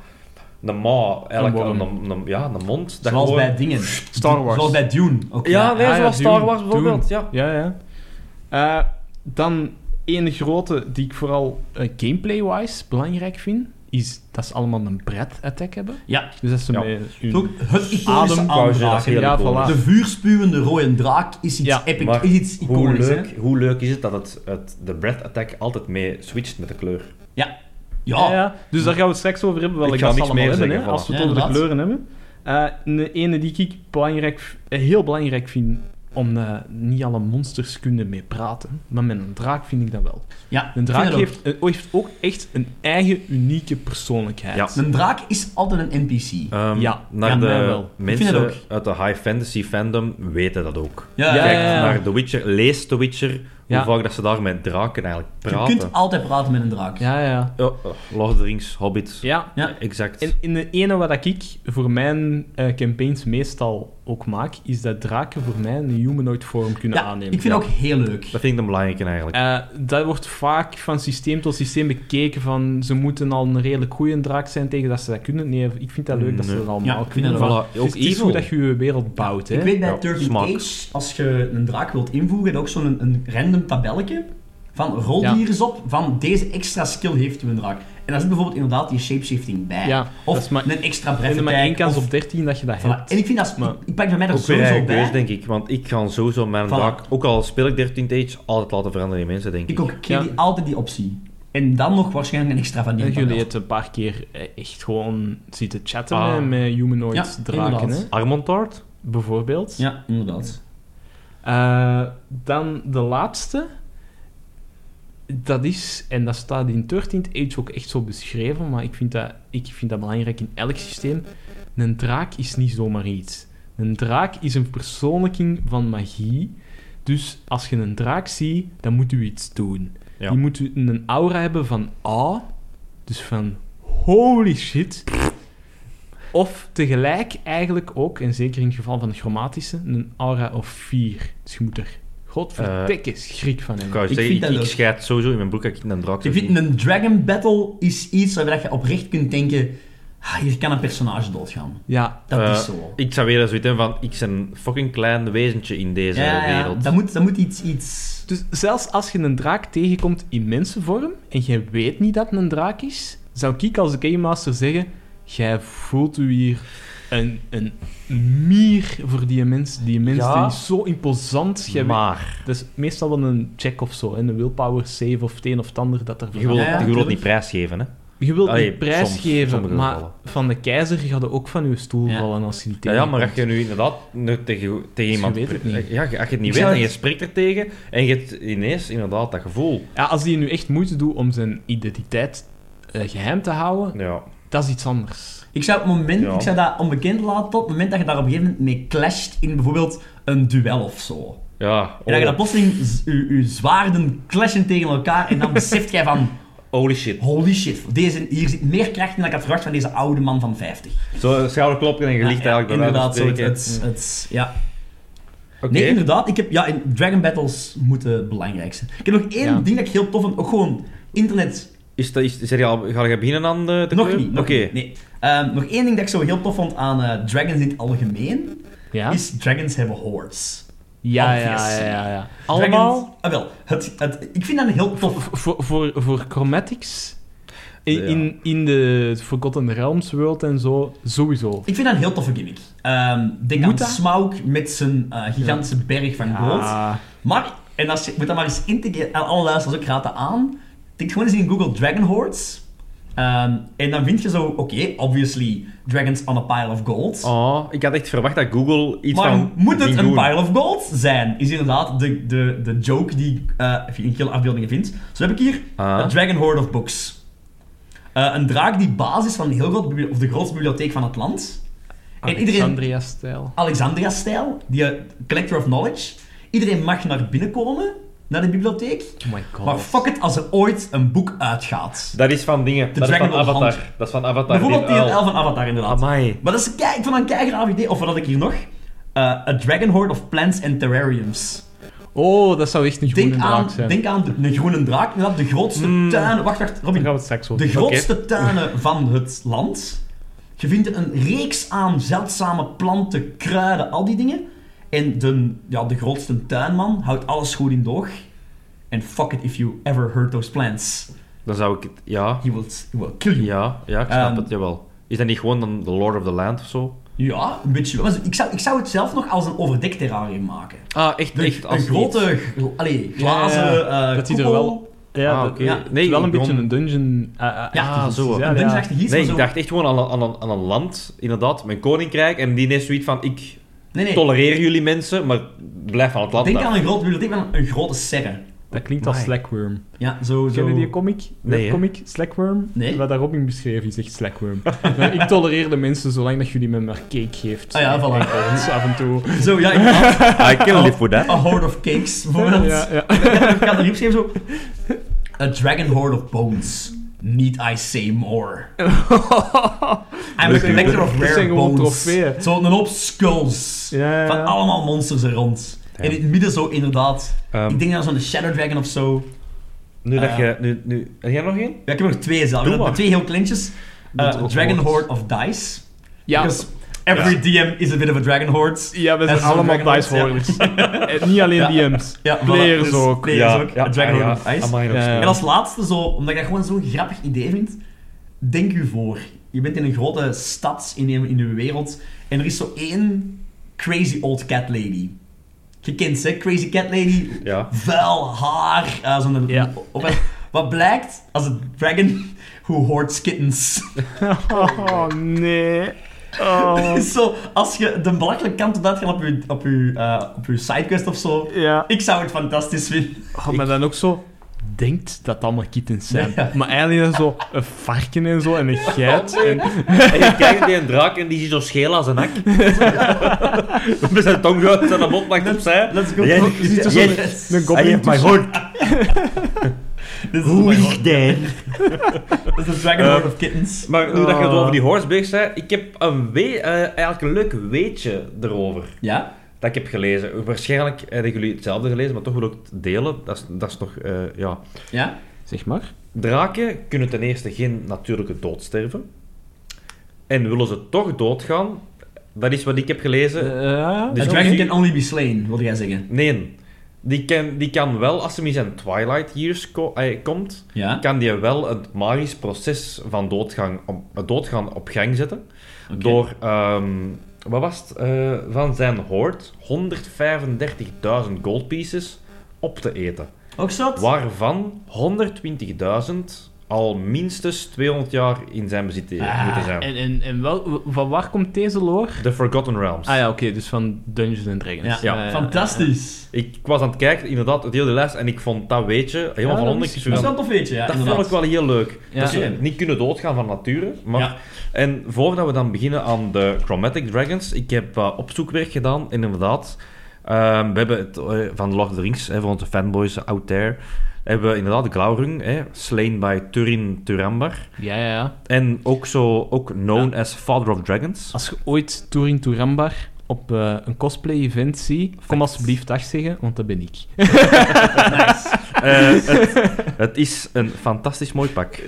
een maw, eigenlijk
worm.
een, een, een- ja, een mond. Dat
Zoals
gewoon-
bij dingen.
Star Wars.
Zoals bij Dune. Ook,
Ja, nee,
Ah, ja,
zoals
Dune,
Star Wars bijvoorbeeld.
Dune.
Ja.
Ja, ja. Eh, dan ene grote die ik vooral eh, gameplay-wise belangrijk vind, is dat ze allemaal een bread-attack hebben.
Ja.
Dus dat ze
Ja.
met hun-
Het is ook het iconische
Adempauze, dat is
aanraken.
heel
Ja,
cool.
voilà.
De vuurspuwende rode draak is iets
Ja,
epic,
maar
is iets
Hoe
iconisch.
leuk,
hè?
hoe leuk is het dat het, het de breath attack altijd mee switcht met de kleur?
Ja,
Ja,
ja. Dus daar gaan we het straks over hebben, welke
Ik ga
dat ze
niks
allemaal
meer
hebben, hè,
zeggen,
als we
voilà.
het
Ja,
over de
inderdaad.
kleuren hebben. Eh, de ene die ik belangrijk, v- eh, heel belangrijk vind, omdat niet alle monsters kunnen mee praten, maar met een draak vind ik dat wel.
ja.
Een draak
vind ik dat
heeft, eh, heeft ook echt een eigen unieke persoonlijkheid.
Ja.
ook. Een draak is altijd een NPC.
Ehm,
Ja,
naar
ja,
de
mij wel. Ik
vind dat
mensen
ook.
uit de high fantasy fandom weten dat ook.
Ja,
Ja,
Kijk
ja, ja.
naar The Witcher, lees The Witcher,
Ja.
hoe vaak dat ze daar met draken eigenlijk
Je
praten.
kunt altijd praten met een draak.
Ja, ja.
Ja, eh, Lord of the Rings, Hobbit.
Ja,
Ja.
Exact.
En in de ene wat ik voor mijn eh, campaigns meestal ook maak, is dat draken voor mij een humanoid vorm kunnen
Ja,
aannemen.
ik vind ook heel leuk.
Dat vind ik de belangrijke eigenlijk.
Eh, dat wordt vaak van systeem tot systeem bekeken van ze moeten al een redelijk goede draak zijn tegen dat ze dat kunnen. Nee, ik vind dat leuk dat ze
Nee.
dat allemaal
Ja, ik vind
kunnen.
dat wel.
maar
Voilà,
het is-
ook
het is
evil.
goed dat je je wereld bouwt, hè.
Ik weet bij
Ja,
13
smaak.
Age, als je een draak wilt invoegen, heb je ook zo'n een, random tabelletje van rol
Ja.
die hier eens op, van deze extra skill heeft uw draak. En daar zit bijvoorbeeld inderdaad die shapeshifting bij.
Ja, dat is
of
maar-
een extra
En er
brevet
maar één kans op 13 dat je dat
Voilà.
hebt.
En ik vind dat...
Maar-
Ik, ik pak bij mij dat
ook weer
sowieso
eigen
bij.
keus, denk ik. Want ik ga sowieso mijn
Voilà.
draak, ook al speel ik 13 Age, altijd laten veranderen in mensen, denk ik.
Ik ook. Ik geef
Ja.
die altijd die optie. En dan nog waarschijnlijk een extra van die
En jullie
tabel.
het een paar keer eh, echt gewoon zitten chatten
Ah.
hè, met humanoid
Ja,
draken, hè.
inderdaad.
Armontard?
bijvoorbeeld.
Ja, inderdaad.
Eh, dan de laatste. Dat is, en dat staat in 13th Age ook echt zo beschreven, maar ik vind dat, ik vind dat belangrijk in elk systeem. Een draak is niet zomaar iets. Een draak is een verpersoonlijking van magie. Dus als je een draak ziet, dan moet u iets doen.
Ja.
Je moet u een aura hebben van A, dus van holy shit. Of tegelijk eigenlijk ook, en zeker in het geval van de chromatische, een aura of 4. Dus je moet er godverdikke schrik van
Eh, Ik,
hebben.
wou
Ik
zeggen,
vind
ik,
dat
ik
leuk.
scheid sowieso in mijn broek dat ik een draak
Dus Ik
zou
vind
zien.
een dragon battle is iets waarbij je oprecht kunt denken... Ah, hier kan een personage doodgaan.
Ja,
Dat
Eh,
is zo.
Ik zou weer zoiets hebben van, ik ben een fucking klein wezentje in deze
Ja, ja,
wereld.
dat moet, dat moet iets... iets...
dus zelfs als je een draak tegenkomt in mensenvorm en jij weet niet dat het een draak is, zou ik als Game Master zeggen: Jij voelt u hier een, een mier voor die mens. Die mens
Ja.
die is zo imposant. Jij weet-
maar,
Dat is Dus meestal wel een check of zo, hè, een willpower save of het een of het ander dat er
je wilt,
Ja, ja,
je wilt het niet
tuurlijk.
prijsgeven, hè.
Je wilt
Allee,
die prijs
soms- sommige
geven, maar
gevallen.
van de keizer gaat er ook van je stoel
Ja.
vallen als je die
Ja, ja,
tegenkomt.
maar als je nu inderdaad nu tegen, tegen iemand...
weet het niet.
Ja, als je het niet
Ik
weet
zou
en je
het-
spreekt er tegen en je hebt ineens inderdaad dat gevoel.
Ja, als die nu echt moeite doet om zijn identiteit eh, geheim te houden,
Ja.
dat is iets anders.
Ik zou, het moment,
Ja.
ik zou dat onbekend laten tot het moment dat je daar op een gegeven moment mee clasht in bijvoorbeeld een duel of zo.
Ja.
En dat je
oh,
dan plotseling z- je je zwaarden clashen tegen elkaar en dan beseft jij van...
Holy shit.
Holy shit, deze, hier zit meer kracht in dan ik had verwacht van deze oude man van 50.
Zo schouderklopje en je ligt
Ja,
eigenlijk bij
Inderdaad,
wijze van
zo het,
spreken.
het, het- ja.
Oké.
Nee, inderdaad. Ik heb, ja, in Dragon Battles moeten het belangrijkste. Ik heb nog één
Ja.
ding dat ik heel tof vond. Ook gewoon internet.
Is dat, is, is er al, ga je beginnen aan de, de
nog
kleur?
niet. Nog,
Oké.
niet, nee. Ehm, nog één ding dat ik zo heel tof vond aan eh, Dragons in het algemeen.
Ja?
Is Dragons hebben hordes.
ja, ja,
obvious.
ja, ja, ja.
Dragons-
Allemaal
ah, wel. Het, het, ik vind dat een heel tof.
voor, voor, voor Chromatics, in,
Ja.
in, in de Forgotten Realms world en zo, sowieso.
Ik vind dat een heel toffe gimmick. Ehm, denk
Moet
aan
dat?
Smaug met zijn eh, gigantische berg van gold.
Ja.
Maar, en als je moet dat maar eens integreren, en alle luisteraars ook raad dat aan. Tik gewoon eens in Google Dragon Hordes. Ehm, en dan vind je zo, oké, obviously, dragons on a pile of gold.
Oh, ik had echt verwacht dat Google iets
maar
van...
moet het
ging
een
doen.
pile of gold zijn? Is inderdaad de, de, de joke die ik eh, in veel afbeeldingen vind. Zo heb ik hier
Ah.
A Dragon Horde of Books. Eh, een draak die basis van een heel groot bibli- of de grootste bibliotheek van het land. En iedereen
Alexandria-stijl.
Alexandria-stijl, die eh, Collector of Knowledge. Iedereen mag naar binnen komen naar de bibliotheek.
Oh my god.
Maar fuck it als er ooit een boek uitgaat.
Dat is van dingen.
De
dat is van
Dragon Ball
Avatar.
hand.
Dat is van Avatar.
Bijvoorbeeld
die
deel
uil.
11 van Avatar inderdaad.
Amai.
Maar dat is een kei, ik vond dat een keigraaf idee. Of wat had ik hier nog? Eh a Dragon Horde of Plants and Terrariums.
Oh, dat zou echt een groene
Denk
draak
aan,
zijn. Hmm.
denk aan de, een groene draak, inderdaad, de grootste
Mm.
tuinen... Wacht, wacht,
Daar
Robin.
gaan we het straks over
De
hebben.
grootste tuinen van het land. Je vindt een reeks aan zeldzame planten, kruiden, al die dingen. En de, ja, de grootste tuinman houdt alles goed in doog. And fuck it if you ever hurt those plants.
Dan zou ik het... Ja.
He will, he will kill you. Ja,
Ja, ja, ik snap
Ehm.
het, jawel. Is dat niet gewoon dan The Lord of the Land of zo?
een beetje wel. Maar Ik zou, ik zou het zelf nog als een overdekt terrarium maken.
Ah, echt,
De,
echt. Als
een grote gl- allee, glazen
Ja,
eh
ja, ja. Dat die er
koepel.
wel- Ja,
Ah,
dat-
oké.
ja,
Nee,
het is wel een
ik
beetje
begon-
een dungeon. eh,
Ja,
dus
Ah, zo.
Een dungeonachtig iets,
Nee,
maar
ik
zo-
dacht echt gewoon aan een, aan, een, aan een land, inderdaad, mijn koninkrijk. En die is zoiets van, ik
Nee, nee.
tolereer jullie mensen, maar blijf van het land
Denk
af.
aan een grote bibliotheek met een, een grote serre.
Dat klinkt als
Amai.
Slackworm.
Ja, zo... zo.
Kennen die comic?
Nee,
de
hè?
comic Slackworm?
Nee.
Wat daarop in beschreven is echt Slackworm. Maar ik tolereer de mensen zolang dat jullie me maar cake geeft.
Ah ja, voilà.
Enkel, dus af en toe.
Zo, ja, inderdaad.
I kill you for
A horde of cakes, bijvoorbeeld.
Ja, ja.
Ik had er niet opgeschreven zo... A dragon horde of bones. Need I say more? I'm a
Dat zijn-
collector of
dat
rare
zijn gewoon
bones.
trofeeën.
Zo'n een hoop skulls.
Ja, ja,
Van
ja.
allemaal monsters er rond.
Ja.
En in het midden zo inderdaad.
Ehm.
ik denk aan zo'n Shadow Dragon of zo.
Nu dat
Ah.
je... Nu, nu, heb jij nog één?
Ja, ik heb er nog twee zelf.
Doe
Ik heb
maar.
Twee heel kleintjes.
Doe
Eh,
het ook
dragon
maar.
horde of dice.
Ja,
Because every DM is a bit of a dragon horde.
ja, we
Dat
zijn
is zo'n
allemaal
Dragon
dice
Lords,
holders. Niet alleen DM's.
Ja, voilà.
Players
Dus
ook.
Players ook. A dragon
ah,
horde of dice.
Amai, dat is-
Ja, ja.
En als laatste, zo, omdat ik dat gewoon zo'n grappig idee vind, denk u voor. Je bent in een grote stad in, een- in uw wereld en er is zo één crazy old cat lady. Je kent ze, crazy cat lady.
Ja.
Vuil haar. eh, zo'n,
Ja.
op- wat blijkt als een dragon who hoards kittens.
Oh nee. Oh,
zo, als je de belachelijke kant op dat gaat op je, op je, eh, op je sidequest of zo.
ja.
Ik zou het fantastisch vinden.
Oh, maar dan ook zo. Denkt dat het allemaal kittens zijn.
Ja.
Maar eigenlijk is dat zo een varken en zo en een geit. En,
En je kijkt naar die draak en die ziet zo scheel als een hak. Met zijn tong uit, zijn mond lag opzij.
Let's go.
Jij-
Yes.
jij- Ah,
Yes.
een goblin
hebt mij
tussen-
hoort.
Dit is- oh my god.
deed.
Dat is de Dragon
Eh,
Lord of Kittens.
Maar nu dat je het
Ah.
over die horse bezig bent, ik heb een we eh, eigenlijk een leuk weetje erover.
Ja?
Dat ik heb gelezen. Waarschijnlijk hebben jullie hetzelfde gelezen, maar toch wil ik het delen. Dat is, dat is nog, eh, ja.
Ja?
zeg maar.
Draken kunnen ten eerste geen natuurlijke dood sterven. En willen ze toch doodgaan, dat is wat ik heb gelezen.
Ja.
A
Dus
dragon
ook-
can only be slain, wilde jij zeggen.
Nee, die kan, die kan wel, als hem in zijn Twilight Years ko- eh, komt,
Ja?
kan die wel het magisch proces van doodgang om, eh, doodgaan op gang zetten.
Oké.
Door, ehm, wat was het, eh, van zijn hoort 135.000 gold pieces op te eten.
Ook zat?
Waarvan 120.000 al minstens 200 jaar in zijn bezit eh,
Ah,
moeten zijn.
En, en, en wel, van waar komt deze lore?
The Forgotten Realms.
Ah ja, oké, dus van Dungeons and Dragons. Eh,
Ja.
Ja.
Fantastisch.
Ik was aan het kijken, inderdaad, het hele les, en ik vond dat weetje helemaal
Ja,
van
dat
onder.
is-
Ik
Dat is
vond-
wel een tof weetje, ja.
Dat
inderdaad.
vond ik wel heel leuk.
eh, Ja.
Dat ze
Oké.
niet kunnen doodgaan van nature. Maar...
Ja.
En voordat we dan beginnen aan de Chromatic Dragons, ik heb eh, opzoekwerk gedaan en inderdaad, ehm, we hebben het eh, van Lord of the Rings, hè, voor onze fanboys out there, hebben we inderdaad de Glaurung, hè, slain by Turin Turambar.
Ja, ja, ja.
En ook zo, ook known as Father of Dragons.
Als je ooit Touring Tourambar op eh, een cosplay-event ziet, kom alsjeblieft dag zeggen, want dat ben ik.
Nice.
Eh, het, het is een fantastisch mooi pak.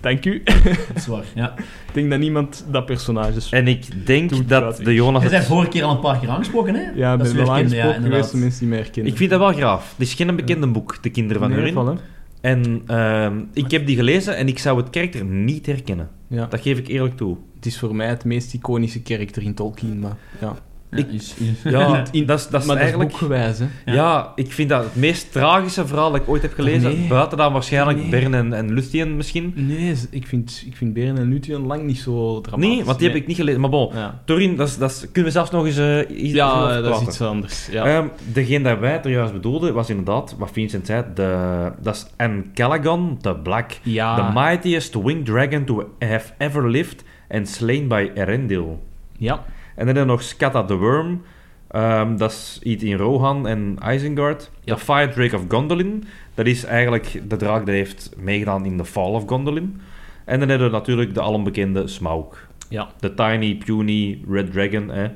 Dank u.
Dat is waar, ja.
Ik denk dat niemand dat personage is.
En ik denk
Doe het
dat
gratis.
de Jonas...
Je
het-
bent vorige keer al een paar keer aangesproken, hè?
Ja,
Dat
ik ben
is
wel
weer kinderen,
aangesproken geweest
inderdaad.
door mensen die mij herkennen.
Ik vind dat wel graaf. Het is geen bekende boek, De Kinderen van
Nee,
Urin.
voilà.
En ehm, ik heb die gelezen en ik zou het karakter niet herkennen.
Ja.
Dat geef ik eerlijk toe.
Het is voor mij het meest iconische karakter in Tolkien, maar ja.
Ja, is- is-
Ja, dat is, dat is
maar
eigenlijk...
dat is boekgewijs, hè.
ja.
ja. ik vind dat het meest tragische verhaal dat ik ooit heb gelezen.
Nee.
Buiten dan waarschijnlijk
Nee.
Bern en, en Luthien misschien.
Nee, z- ik vind, ik vind Beren en Luthien lang niet zo dramatisch.
Nee, want die heb ik niet gelezen. Maar bon,
Ja,
Torin, dat, is, dat is- kunnen we zelfs nog eens... eh, iets
ja
over
dat is
praten.
iets anders. Ja.
Ehm, degene dat wij er juist bedoelden, was inderdaad, wat Vincent zei, de, dat is Encalagon the Black.
ja.
The mightiest winged dragon to have ever lived and slain by Erendil.
ja.
En dan hebben we nog Scatta the Worm, eh, Ehm, dat is iets in Rohan en Isengard.
Ja.
De Fire Drake of Gondolin. Dat is eigenlijk de draak die heeft meegedaan in The Fall of Gondolin. En dan hebben we natuurlijk de alombekende Smaug.
Ja.
De Tiny, Puny, Red Dragon. Hè.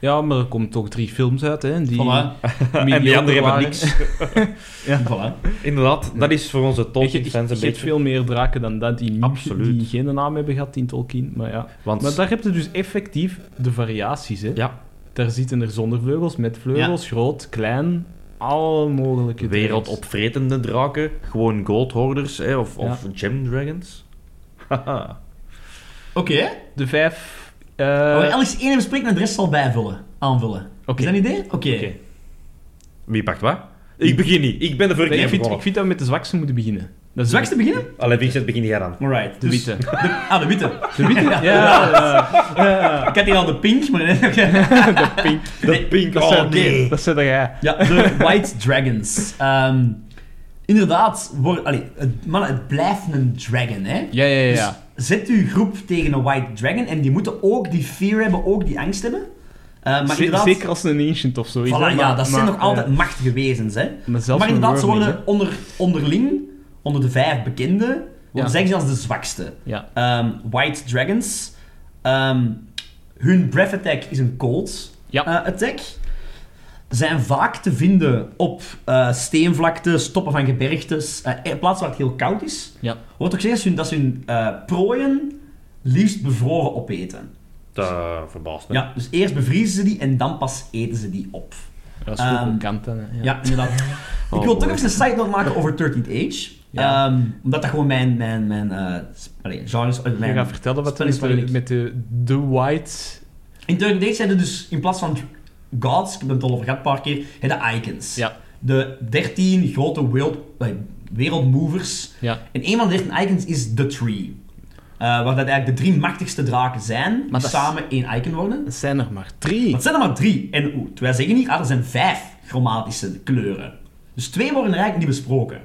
Ja, maar er komen toch drie films uit, hè? Die
Voilà.
En die anderen hebben
waren.
niks.
voilà.
Inderdaad, dat is voor onze
Je, je,
Tolkien
je
fans een
hebt
beetje...
veel meer draken dan dat die, niet,
Absoluut.
die geen naam hebben gehad in Tolkien. Maar ja.
Want
Maar daar heb je dus effectief de variaties, hè?
Ja.
Daar zitten er zonder vleugels, met vleugels, groot, klein, alle mogelijke draken.
wereldopvretende draken, gewoon goldhoorders hè, of, of gem dragons. Haha.
Oké.
De vijf. eh,
Als je Alex één bespreekt en de rest zal bijvullen. Aanvullen.
Oké.
Is dat een idee? Oké.
Oké.
Wie pakt wat? Ik begin niet, ik ben de vorige keer
Nee, ik, vind,
begonnen.
ik vind dat we met de zwakste moeten beginnen. Dat is
Zwakste beginnen?
Allee, Vincent, begin jij dan.
Alright.
De
dus-
witte.
de- ah, de witte.
De witte? Ja, ja,
Ik had hier al de pink, maar...
de pink.
De pink,
Dat
oh
zijn-
nee.
Dat zei jij.
Ja, de White Dragons. Ehm, inderdaad, wor- allee, het, mannen, het blijft een dragon, hè?
Ja, ja, ja. ja.
Dus zet uw groep tegen een White Dragon en die moeten ook die fear hebben, ook die angst hebben. Eh, maar
Ze-
inderdaad,
Zeker als een ancient of zo.
voilà, ja, dat zijn nog altijd machtige wezens, hè?
eh, Maar, zelfs
maar
een
inderdaad, ze
wormling, hè.
worden onder, onderling, onder de vijf bekende,
Ja.
worden zij gezien als de zwakste.
Ja.
Ehm, White Dragons. Ehm, hun breath attack is een cold
Ja.
eh, attack. Zijn vaak te vinden op eh steenvlaktes, stoppen van gebergtes, eh, eh, plaatsen waar het heel koud is.
Ja.
Wordt ook gezegd dat ze hun eh, prooien liefst bevroren opeten.
Dat eh, verbaast me.
Ja, dus eerst bevriezen ze die en dan pas eten ze die op.
Dat is goed
Ehm,
bekend dan. hè.
Ja, inderdaad. ik wil toch even een side note maken over 13th Age.
Ja.
Ehm, omdat dat gewoon mijn, mijn, mijn eh, sp- allee, genres... eh,
Je
mijn-
gaat vertellen wat er is
Spelling-
met de, de white...
In Turk Date zijn er dus in plaats van gods, ik heb het al over gehad een paar keer, hè, de icons.
Ja.
De 13 grote world, eh, wereldmovers.
Ja.
En een van de 13 icons is The Tree. Eh, waar dat eigenlijk de drie machtigste draken zijn, die
dat is-
samen één icon worden.
Dat zijn er maar drie.
Dat zijn er maar drie. En oeh, wij zeggen niet, ah, er zijn vijf chromatische kleuren. Dus twee worden er eigenlijk niet besproken.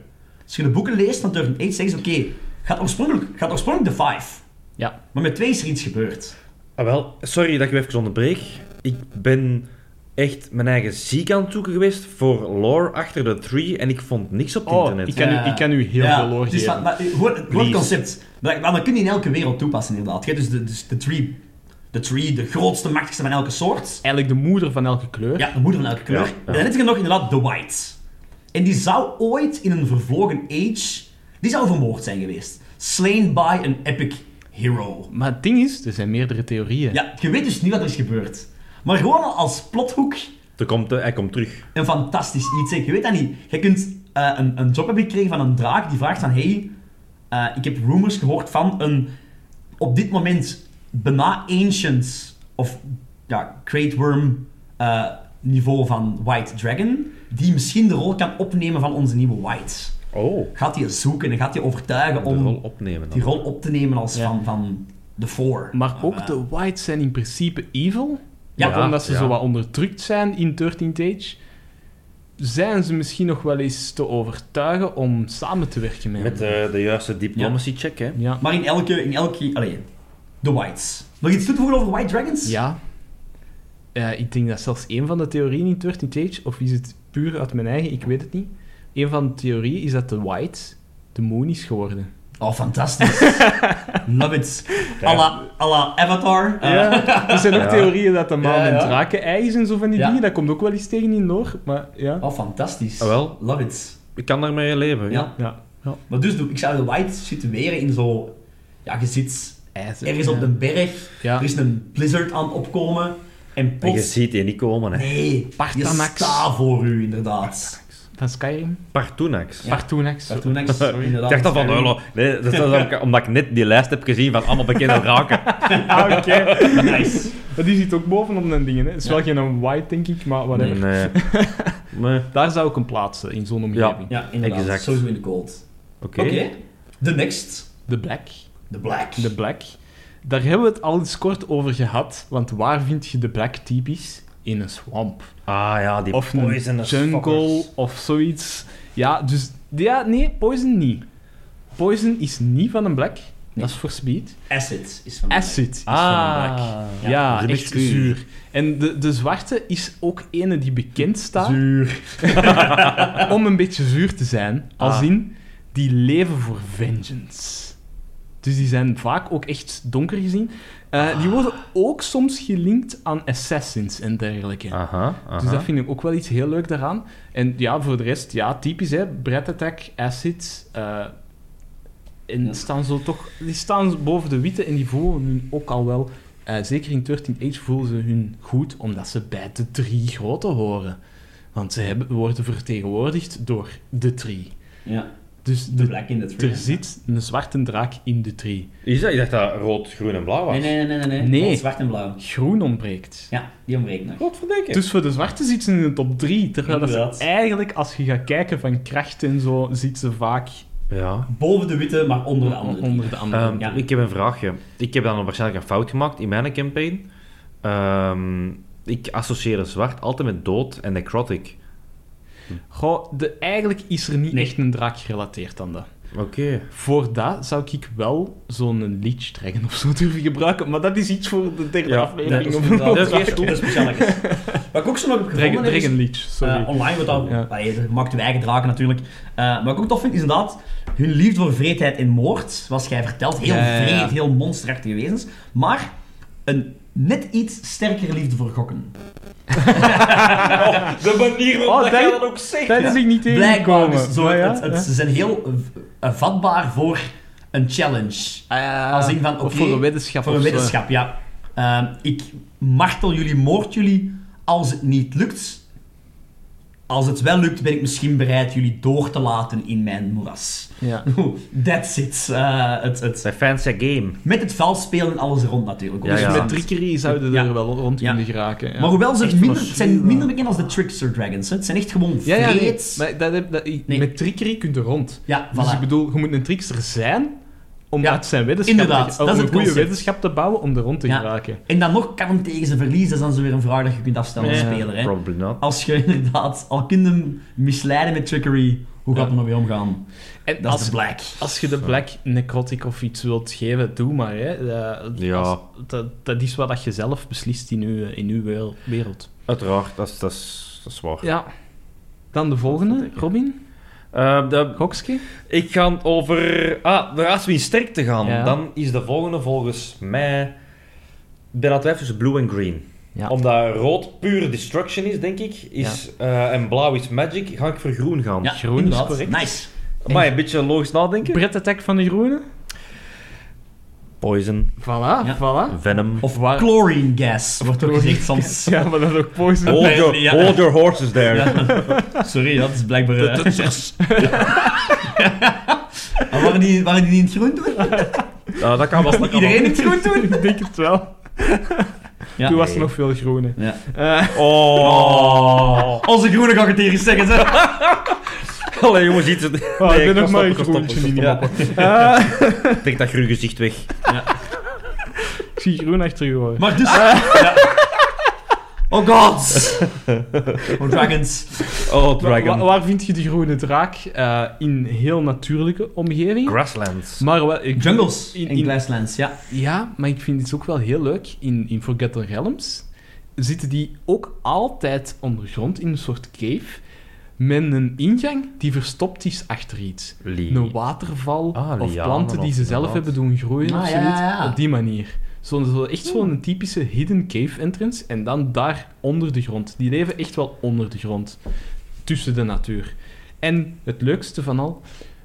Als je de boeken leest van Turk Date, zeggen ze, oké, gaat oorspronkelijk, gaat oorspronkelijk de five.
Ja.
Maar met twee is er iets gebeurd.
Ah, wel, sorry dat ik u even onderbreek. Ik ben echt mijn eigen ziek aan het zoeken geweest voor lore achter de tree en ik vond niks op het
Oh,
internet.
ik kan,
Ja.
u, ik kan u heel
Ja,
veel lore
het is
geven.
van- maar, eh, gewoon, gewoon het
Please.
concept. Maar, maar dat kun je in elke wereld toepassen, inderdaad. Je hebt dus de, dus de tree, de tree, de grootste, machtigste van elke soort.
Eigenlijk de moeder van elke kleur.
Ja, de moeder van elke kleur.
Ja, ja.
En dan heb je nog inderdaad de white. En die zou ooit in een vervlogen age, die zou vermoord zijn geweest. Slain by an epic hero.
Maar het ding is, er zijn meerdere theorieën.
Ja, je weet dus niet wat er is gebeurd. Maar gewoon al als plothoek
Er komt, eh, hij komt terug.
een fantastisch iets. hè. Je weet dat niet. Je kunt eh, een, een job hebben gekregen van een draak die vraagt van... Hey, eh, ik heb rumors gehoord van een op dit moment bijna ancient of ja, great worm eh, niveau van White Dragon. Die misschien de rol kan opnemen van onze nieuwe White.
Oh.
Gaat hij zoeken en gaat hij overtuigen
De rol
om
opnemen dan.
die rol op te nemen als
Ja.
van, van de Four.
Maar ook
Eh,
de whites zijn in principe evil.
Ja.
maar omdat ze
Ja.
zo wat onderdrukt zijn in 13th Age, zijn ze misschien nog wel eens te overtuigen om samen te werken met,
Met
hen.
eh, de juiste diplomacy check, hè.
Ja.
Maar in elke... In elke allee, de Whites. Nog iets toe te voegen over White Dragons?
ja. Eh, ik denk dat zelfs een van de theorieën in 13th Age, of is het puur uit mijn eigen, ik weet het niet. Een van de theorieën is dat de white de moon is geworden.
Oh, fantastisch. Love it.
Ja.
A la, à la Avatar. Eh,
Ja, er zijn ook
Ja.
theorieën dat de maan
Ja,
een
ja.
draken-ei is en zo van die
Ja.
dingen. Dat komt ook wel eens tegen in Noor, maar ja.
Oh, fantastisch.
Ah, wel.
Love it.
Ik kan daarmee leven, ja.
Ja.
ja.
Maar dus, ik zou de White situeren in zo... Ja, je zit
IJzer,
ergens op
ja.
een berg.
Ja.
Er is een blizzard aan het opkomen. En
En je
plots...
ziet die niet komen, hè.
Nee, je
Partanax.
staat voor u, inderdaad.
Van Skyrim?
Partunax.
Ja.
Partunax.
Partanax, sorry, inderdaad.
Ik dacht dat van,
Skyrim.
Ulo. Nee, dat is omdat- omdat ik net die lijst heb gezien van allemaal bekende draken.
Ah, oké.
Nice.
Maar die zit ook bovenop een dingen. hè. Het is wel geen white, denk ik, maar whatever.
Nee. Nee.
Daar zou ik hem plaatsen, in zo'n omgeving.
Ja, inderdaad.
Exact.
Sowieso in de cold.
Oké.
Oké. The next.
De Black.
The black.
De Black. Daar hebben we het al eens kort over gehad, want waar vind je de Black typisch? In een swamp.
Ah ja, die
Of een
poisonous
jungle,
fuckers.
of zoiets. Ja, dus... Ja, nee, Poison niet. Poison is niet van een Black. Dat is voor speed.
Acid is van
Acid. is van een black.
Ah.
Ja,
dat is een
echt
beetje zuur.
zuur. En de, de zwarte is ook ene die bekend staat
Zuur.
om een beetje zuur te zijn. Als
Ah.
in, die leven voor vengeance. Dus die zijn vaak ook echt donker gezien. Eh,
Ah.
Die worden ook soms gelinkt aan assassins en
Ah.
dergelijke.
Aha, aha.
Dus dat vind ik ook wel iets heel leuk daaraan. En ja, voor de rest, ja, typisch hè. Breath Attack, Acid. eh, en
Ja.
staan zo toch... Die staan boven de witte en die voelen hun ook al wel... eh, zeker in 13 Age voelen ze hun goed, omdat ze bij de drie grote horen. Want ze hebben, worden vertegenwoordigd door de drie.
Ja,
Dus
de
de-
black in the tree.
er zit een zwarte draak in de drie.
Is dat? Ik dacht dat rood, groen en blauw was.
Nee, nee, nee, nee. nee.
Nee.
Gewoon Zwart en blauw.
Groen ontbreekt.
Ja, die ontbreekt nog.
Godverdikke.
Dus voor de zwarte zit ze in de top 3. Terwijl dat ze
Inderdaad.
eigenlijk, als je gaat kijken van kracht en zo, zit ze vaak
Ja.
Boven de witte, maar onder de andere.
onder de andere.
Ehm,
Mm, Ja.
Ik heb een vraagje. Ik heb dan waarschijnlijk een fout gemaakt in mijn campaign. Ehm, ik associeer zwart altijd met dood en necrotic.
Goh, de, eigenlijk is er niet
Nee.
echt een draak gerelateerd aan dat.
Oké.
Voor dat zou ik wel zo'n leech trekken of zo durven gebruiken, maar dat is iets voor de derde
Ja,
aflevering.
dat
of
is
een
inderdaad-
Dat is
draak.
Dat is een speciaal. Wat ik ook zo nog heb
Dragon,
gevonden is...
dragon leech, sorry.
Eh, online wordt dat,
Ja.
allee, dat maakt uw eigen draken natuurlijk. Eh wat ik ook tof vind is inderdaad hun liefde voor vreedheid en moord, zoals jij vertelt, heel
Ja, ja, ja.
vreed, heel monsterachtige wezens, maar een net iets sterkere liefde voor gokken.
De manier
waarop dat jij dat
ook zegt.
dat is ik niet
Blijkbaar,
tegengekomen.
dus zo,
Maar ja,
het- het-
ja.
ze zijn heel v- eh, vatbaar voor een challenge. als in van,
Of
oké,
voor een weddenschap
Voor een
of eh, zo.
wetenschap, ja. Ehm, ik martel jullie, moord jullie. Als het niet lukt, als het wel lukt, ben ik misschien bereid jullie door te laten in mijn moeras.
Ja.
That's it. Eh, het, het.
Dat is fancy game.
Met het vals spelen en alles rond natuurlijk.
Ja,
Dus
ja.
met trickery zouden
Ja.
er wel rond
Ja.
kunnen geraken. ja.
Maar hoewel ze
Echt
minder,
van
het zijn
Shura.
minder bekend als de Trickster Dragons. Hè. Het zijn echt gewoon
Ja, ja, nee.
vreed.
Maar dat, heb- dat,
Nee.
Met trickery kun je rond.
Ja,
Dus ik
voilà.
bedoel, je moet een trickster zijn om
Ja,
uit zijn weddenschap
inderdaad,
te,
dat
om
is
een
het
goede
concept.
weddenschap te bouwen om er rond te
Ja.
geraken.
En dan nog kan hem tegen zijn verliezen, dat is dan zo weer een vraag dat je kunt afstellen als
Ja.
speler. Hè.
Probably not.
Als je inderdaad al kunt hem misleiden met trickery, hoe gaat
Ja.
het er nou nog mee omgaan?
En
Dat is
als,
de black.
als je de Black Necrotic of iets wilt geven, doe maar. Hè. Eh,
Ja.
als- dat, dat is wat dat je zelf beslist in uw, in uw wel- wereld.
Uiteraard, dat is, dat is, dat is waar.
Ja. Dan de volgende, Robin.
Ehm, de-
Gokske.
ik ga over... Ah, de- als we in sterkte gaan,
Ja.
dan is de volgende volgens mij... Ik ben aan het twijfelen tussen blue en green.
Ja.
Omdat rood pure destruction is, denk ik, is, eh, en blauw is magic, ga ik voor groen gaan.
Ja,
groen is
inderdaad.
correct.
Nice.
Maar een beetje logisch nadenken.
Bret Attack van de Groene.
Poison,
Voilà,
Ja.
voilà.
venom.
Of
Waar-
chlorine gas, Ah. wordt ook gezegd soms.
Ja, maar dat is ook poison.
Hold
Nee,
your,
ja.
hold your horses there.
Sorry, dat is blijkbaar... eh, Maar waren die, waren die niet in het groen toen?
Ah, dat kan wel. dat kan
Iedereen in het groen?
Ik denk het wel.
Ja.
Toen was er
Nee.
nog veel groene.
Ja.
Eh,
wel. Oh.
Onze groene gaat het tegen zeggen, zeg.
Allee, jongens, iets. Nee,
oh, ik ben
ga
nog maar een
stoppen, ik ga stoppen,
groentje in
ik
die
ga
map.
stoppen.
Eh,
Ja. Trek dat groen gezicht weg.
Ik zie groen achter je hoor.
Maar dus... ja. Oh god! Oh dragons.
Oh,
Wa- wa-
dragon.
waar vind je de groene draak? Eh, in heel natuurlijke omgevingen.
Grasslands.
maar wel, ik,
Jungles
In-
en
in-
grasslands, ja.
Ja, maar ik vind het ook wel heel leuk. In, in Forgotten Realms zitten die ook altijd ondergrond in een soort cave. Met een ingang die verstopt is achter iets.
Lee.
Een waterval
Ah,
of
lianen
planten die
of
ze zelf
wat.
hebben doen groeien
Ah,
of
ja,
zoiets.
ja, Hmm. ja.
Op die manier. Zo, zo, echt zo'n typische hidden cave entrance. En dan daar onder de grond. Die leven echt wel onder de grond. Tussen de natuur. En het leukste van al,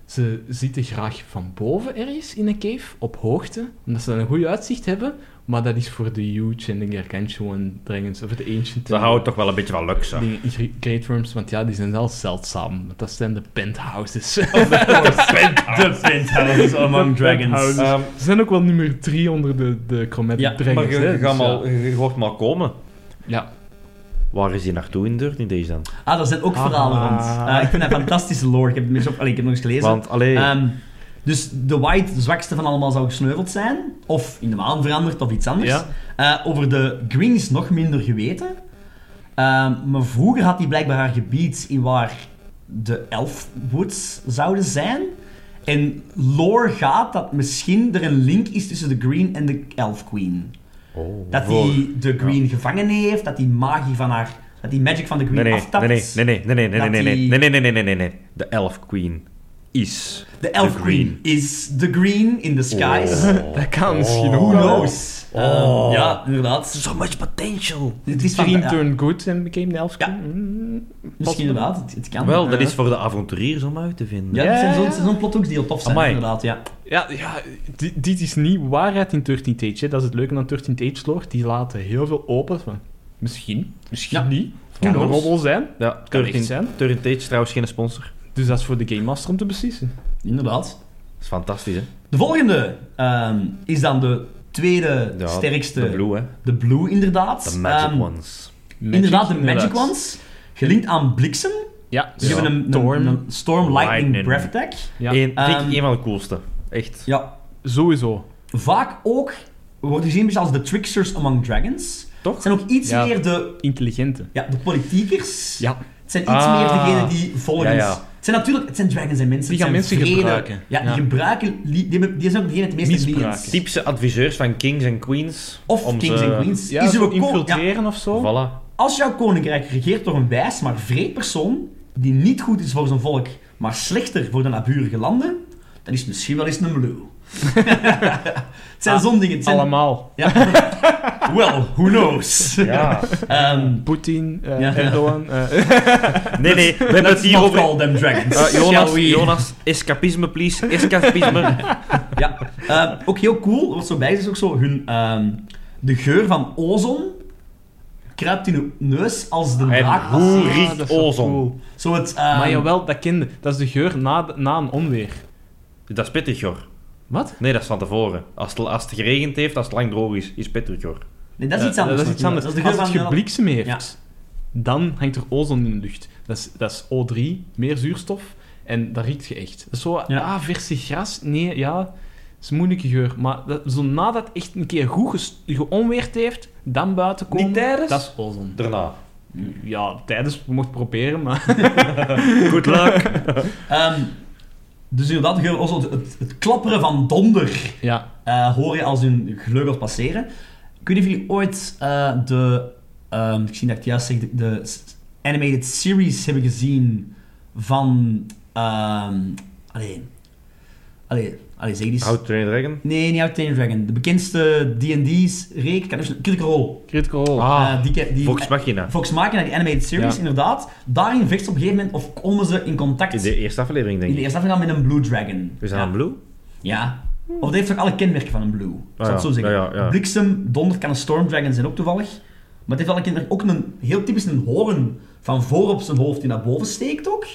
ze zitten graag van boven ergens in een cave, op hoogte, omdat ze dan een goed uitzicht hebben. Maar dat is voor de huge en de gargantuan dragons, of de ancient.
Ze houden toch wel een beetje van luxe.
dingen, gre- great worms, want ja, die zijn wel zeldzaam. Want dat zijn de penthouses.
The penthouse among dragons.
Penthouse.
Ehm,
Ze zijn ook wel nummer 3 onder de, de chromatic
Ja,
dragons.
maar je,
hè,
je,
dus
gaat
ja.
maar, je, je hoort maar komen.
Ja.
Waar is hij naartoe in deur in deze dan?
Ah, daar zijn ook verhalen
Ah.
rond. Eh, ik vind dat fantastische lore. Ik heb het, nog eens op- allee, ik heb het nog eens gelezen.
Want, allee...
Ehm, dus de white, de zwakste van allemaal, zou gesneuveld zijn. Of in de maan veranderd, of iets anders.
Ja.
Eh, over de green is nog minder geweten. Ehm, maar vroeger had hij blijkbaar haar gebied in waar de elfwoods zouden zijn. En lore gaat dat misschien er een link is tussen de Green en de Elf Queen.
Oh.
Dat hij de Green gevangen heeft, dat die magie van haar... Dat die magic van de Green
Nee, nee,
aftapt.
nee, nee, nee, nee, nee, nee,
dat
nee, nee,
die-
nee, nee, nee, nee, nee, nee, nee. De Elf Queen is...
De Elf
The
Queen
Green. Oh.
is the Green in the skies.
Dat kan misschien
Oh. Who
ook wel.
knows? Ja, inderdaad.
So much potential.
Het is van de-
Green
ja,
turned good en became the elf
Ja.
queen. Mm,
Misschien inderdaad, het, het kan.
Wel, dat
Ja.
is voor de avonturiers om uit te vinden.
Ja,
Ja,
het zijn
ja,
zo'n
ja.
zo plothoeks die heel tof zijn,
Amai.
inderdaad. Ja.
Ja, ja di- dit is niet waarheid in 13th Age. Hè. Dat is het leuke aan 13th Age lore. Die laten heel veel open. Van, misschien, misschien
Ja.
niet. Het kan een
knows?
rommel zijn.
Ja,
Kan echt
13
zijn.
13 Age is trouwens geen sponsor.
Dus dat is voor de Game Master om te beslissen.
Inderdaad.
Dat is fantastisch, hè?
De volgende ehm, is dan de tweede
Ja,
sterkste.
De Blue, hè?
De blue, inderdaad.
De Magic
Ehm,
Ones.
Magic,
inderdaad, de Magic
inderdaad.
Ones. Gelinkt aan bliksem.
Ja,
Ze
Ja.
hebben een,
Storm.
een, een Storm Lightning,
Lightning.
Breath Attack.
ja.
Eén, vind
Ehm,
ik een van de coolste. Echt.
Ja.
sowieso.
Vaak ook worden gezien een beetje als de tricksters among dragons.
Toch?
Het zijn ook iets
Ja.
meer de,
Intelligente.
ja, de politiekers.
Ja.
Het zijn iets
Ah.
meer degenen die volgens...
Ja, ja.
Het zijn natuurlijk... Het zijn dragons en mensen.
Die
het
gaan
zijn
mensen
vrede.
gebruiken.
Ja, die
Ja.
gebruiken... li- Die, hebben- die zijn ook degenen het meeste
Misbruiken.
liens.
Typische adviseurs van kings en queens.
Of
om
kings
ze-
en queens.
Ja,
is uw
zo
ko- ja,
infiltreren of zo.
Voilà.
als jouw koninkrijk regeert door een wijs maar vreed persoon, die niet goed is voor zijn volk, maar slechter voor de naburige landen, dan is het misschien wel eens een blue. het zijn
Ah,
zo'n dingen. Het zijn-
Allemaal.
Well, who knows?
Ja.
Ehm,
Poetin, eh,
Ja.
Erdogan. eh,
Nee, nee, we hebben het
let's
hier
not
over...
call them dragons.
Eh, Jonas,
shall we?
Jonas, escapisme please, escapisme.
Ja, eh, ook heel cool. Wat zo bij is, is ook zo hun... ehm, de geur van ozon kruipt in hun neus als de
En
draak...
hoe
passeert.
riekt
Ah, dat is wel
ozon?
Zo het... ehm,
maar jawel, dat kende. Dat is de geur na, de- na een onweer.
dat is pittig, hoor.
Wat?
Nee, dat is van tevoren. Als het, als het geregend heeft, als het lang droog is, is pittig, hoor.
nee, dat is iets
Ja,
anders.
eh, Dat is iets anders.
natuurlijk. de geur
Als het
van-
gebliksem heeft,
Ja.
dan hangt er ozon in de lucht. Dat is, dat is O3, meer zuurstof, en dat riekt je echt. Dat is Zo,
Ja.
ah, verse gras, nee, ja, dat is een moeilijke geur. Maar dat, zo nadat het echt een keer goed ges- geonweerd heeft, dan buiten komen,
Niet tijdens?
dat is ozon.
Daarna.
Ja, tijdens, je mocht proberen, maar...
Good luck.
Ehm, dus inderdaad, de geur van ozon, het, het klapperen van donder
Ja,
eh, hoor je als hun gleugels passeren. Ik weet niet of jullie ooit eh, de, ehm, ik zie dat ik het juist zeg, de, de s- animated series hebben gezien van, ehm allee, allee, allee, zeg het eens.
Houd Train Dragon.
Nee, niet Out Dragon. De bekendste D&D's reeks, kan even- Critical Role.
critical role.
Ah,
Eh, die, ke- die,
Vox Machina.
Vox Machina, die animated series,
Ja.
inderdaad. Daarin vecht ze op een gegeven moment, of komen ze in contact
In de eerste aflevering,
in
denk
de
ik.
eerste aflevering met een Blue Dragon.
Is dat
ja.
een blue?
Ja. Of dat heeft toch alle kenmerken van een Blue? Ik zou
Ah ja.
het zo zeggen.
Ja, ja, ja.
Bliksem, donder kan een Storm Dragon zijn ook toevallig. Maar het heeft alle kenmerken. Ook een heel typisch een hoorn van voor op zijn hoofd die naar boven steekt ook.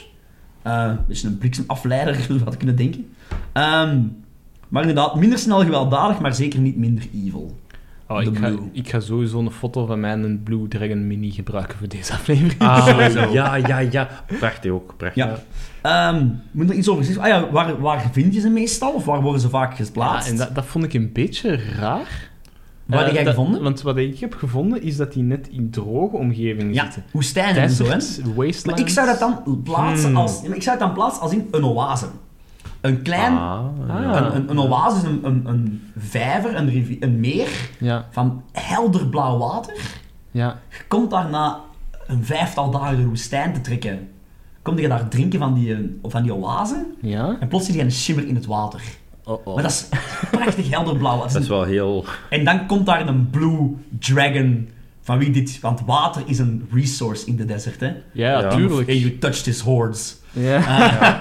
Eh, Een beetje een bliksemafleider, zou je had kunnen denken. Ehm, maar inderdaad, minder snel gewelddadig, maar zeker niet minder evil.
Oh,
de
ik, ga,
blue.
ik ga sowieso een foto van mijn een Blue Dragon Mini gebruiken voor deze aflevering.
Ah, ja, ja, ja. Prachtig ook, prachtig.
Ja. Ehm, moet er iets over gezegd worden? Ah ja, waar, waar vind je ze meestal? Of waar worden ze vaak
Ja,
geplaatst?
en dat, dat vond ik een beetje raar.
Wat heb
Eh,
jij
dat-
gevonden?
Want wat ik heb gevonden is dat die net in droge omgevingen
ja,
zitten.
woestijnen en zo, hè?
Deserts, wastelands.
Maar ik zou dat dan plaatsen
Hmm.
als... ja, maar Ik zou het dan plaatsen als in een oase. Een klein...
Ah, ja.
Ah.
Een, een, een oase is een, een, een vijver, een, rivier, een meer
Ja,
van helder blauw water.
ja.
Je komt daarna een vijftal dagen door de woestijn te trekken. Kom je daar drinken van die, eh, van die oase
Ja?
en plots zie je een shimmer in het water.
Oh,
Maar dat is prachtig helder blauw. Het is
Dat
een-
is wel heel...
En dan komt daar een blue dragon van wie dit... Want water is een resource in de desert, hè.
Ja,
Ja.
tuurlijk.
And you touched his hordes. Ah,
Ja.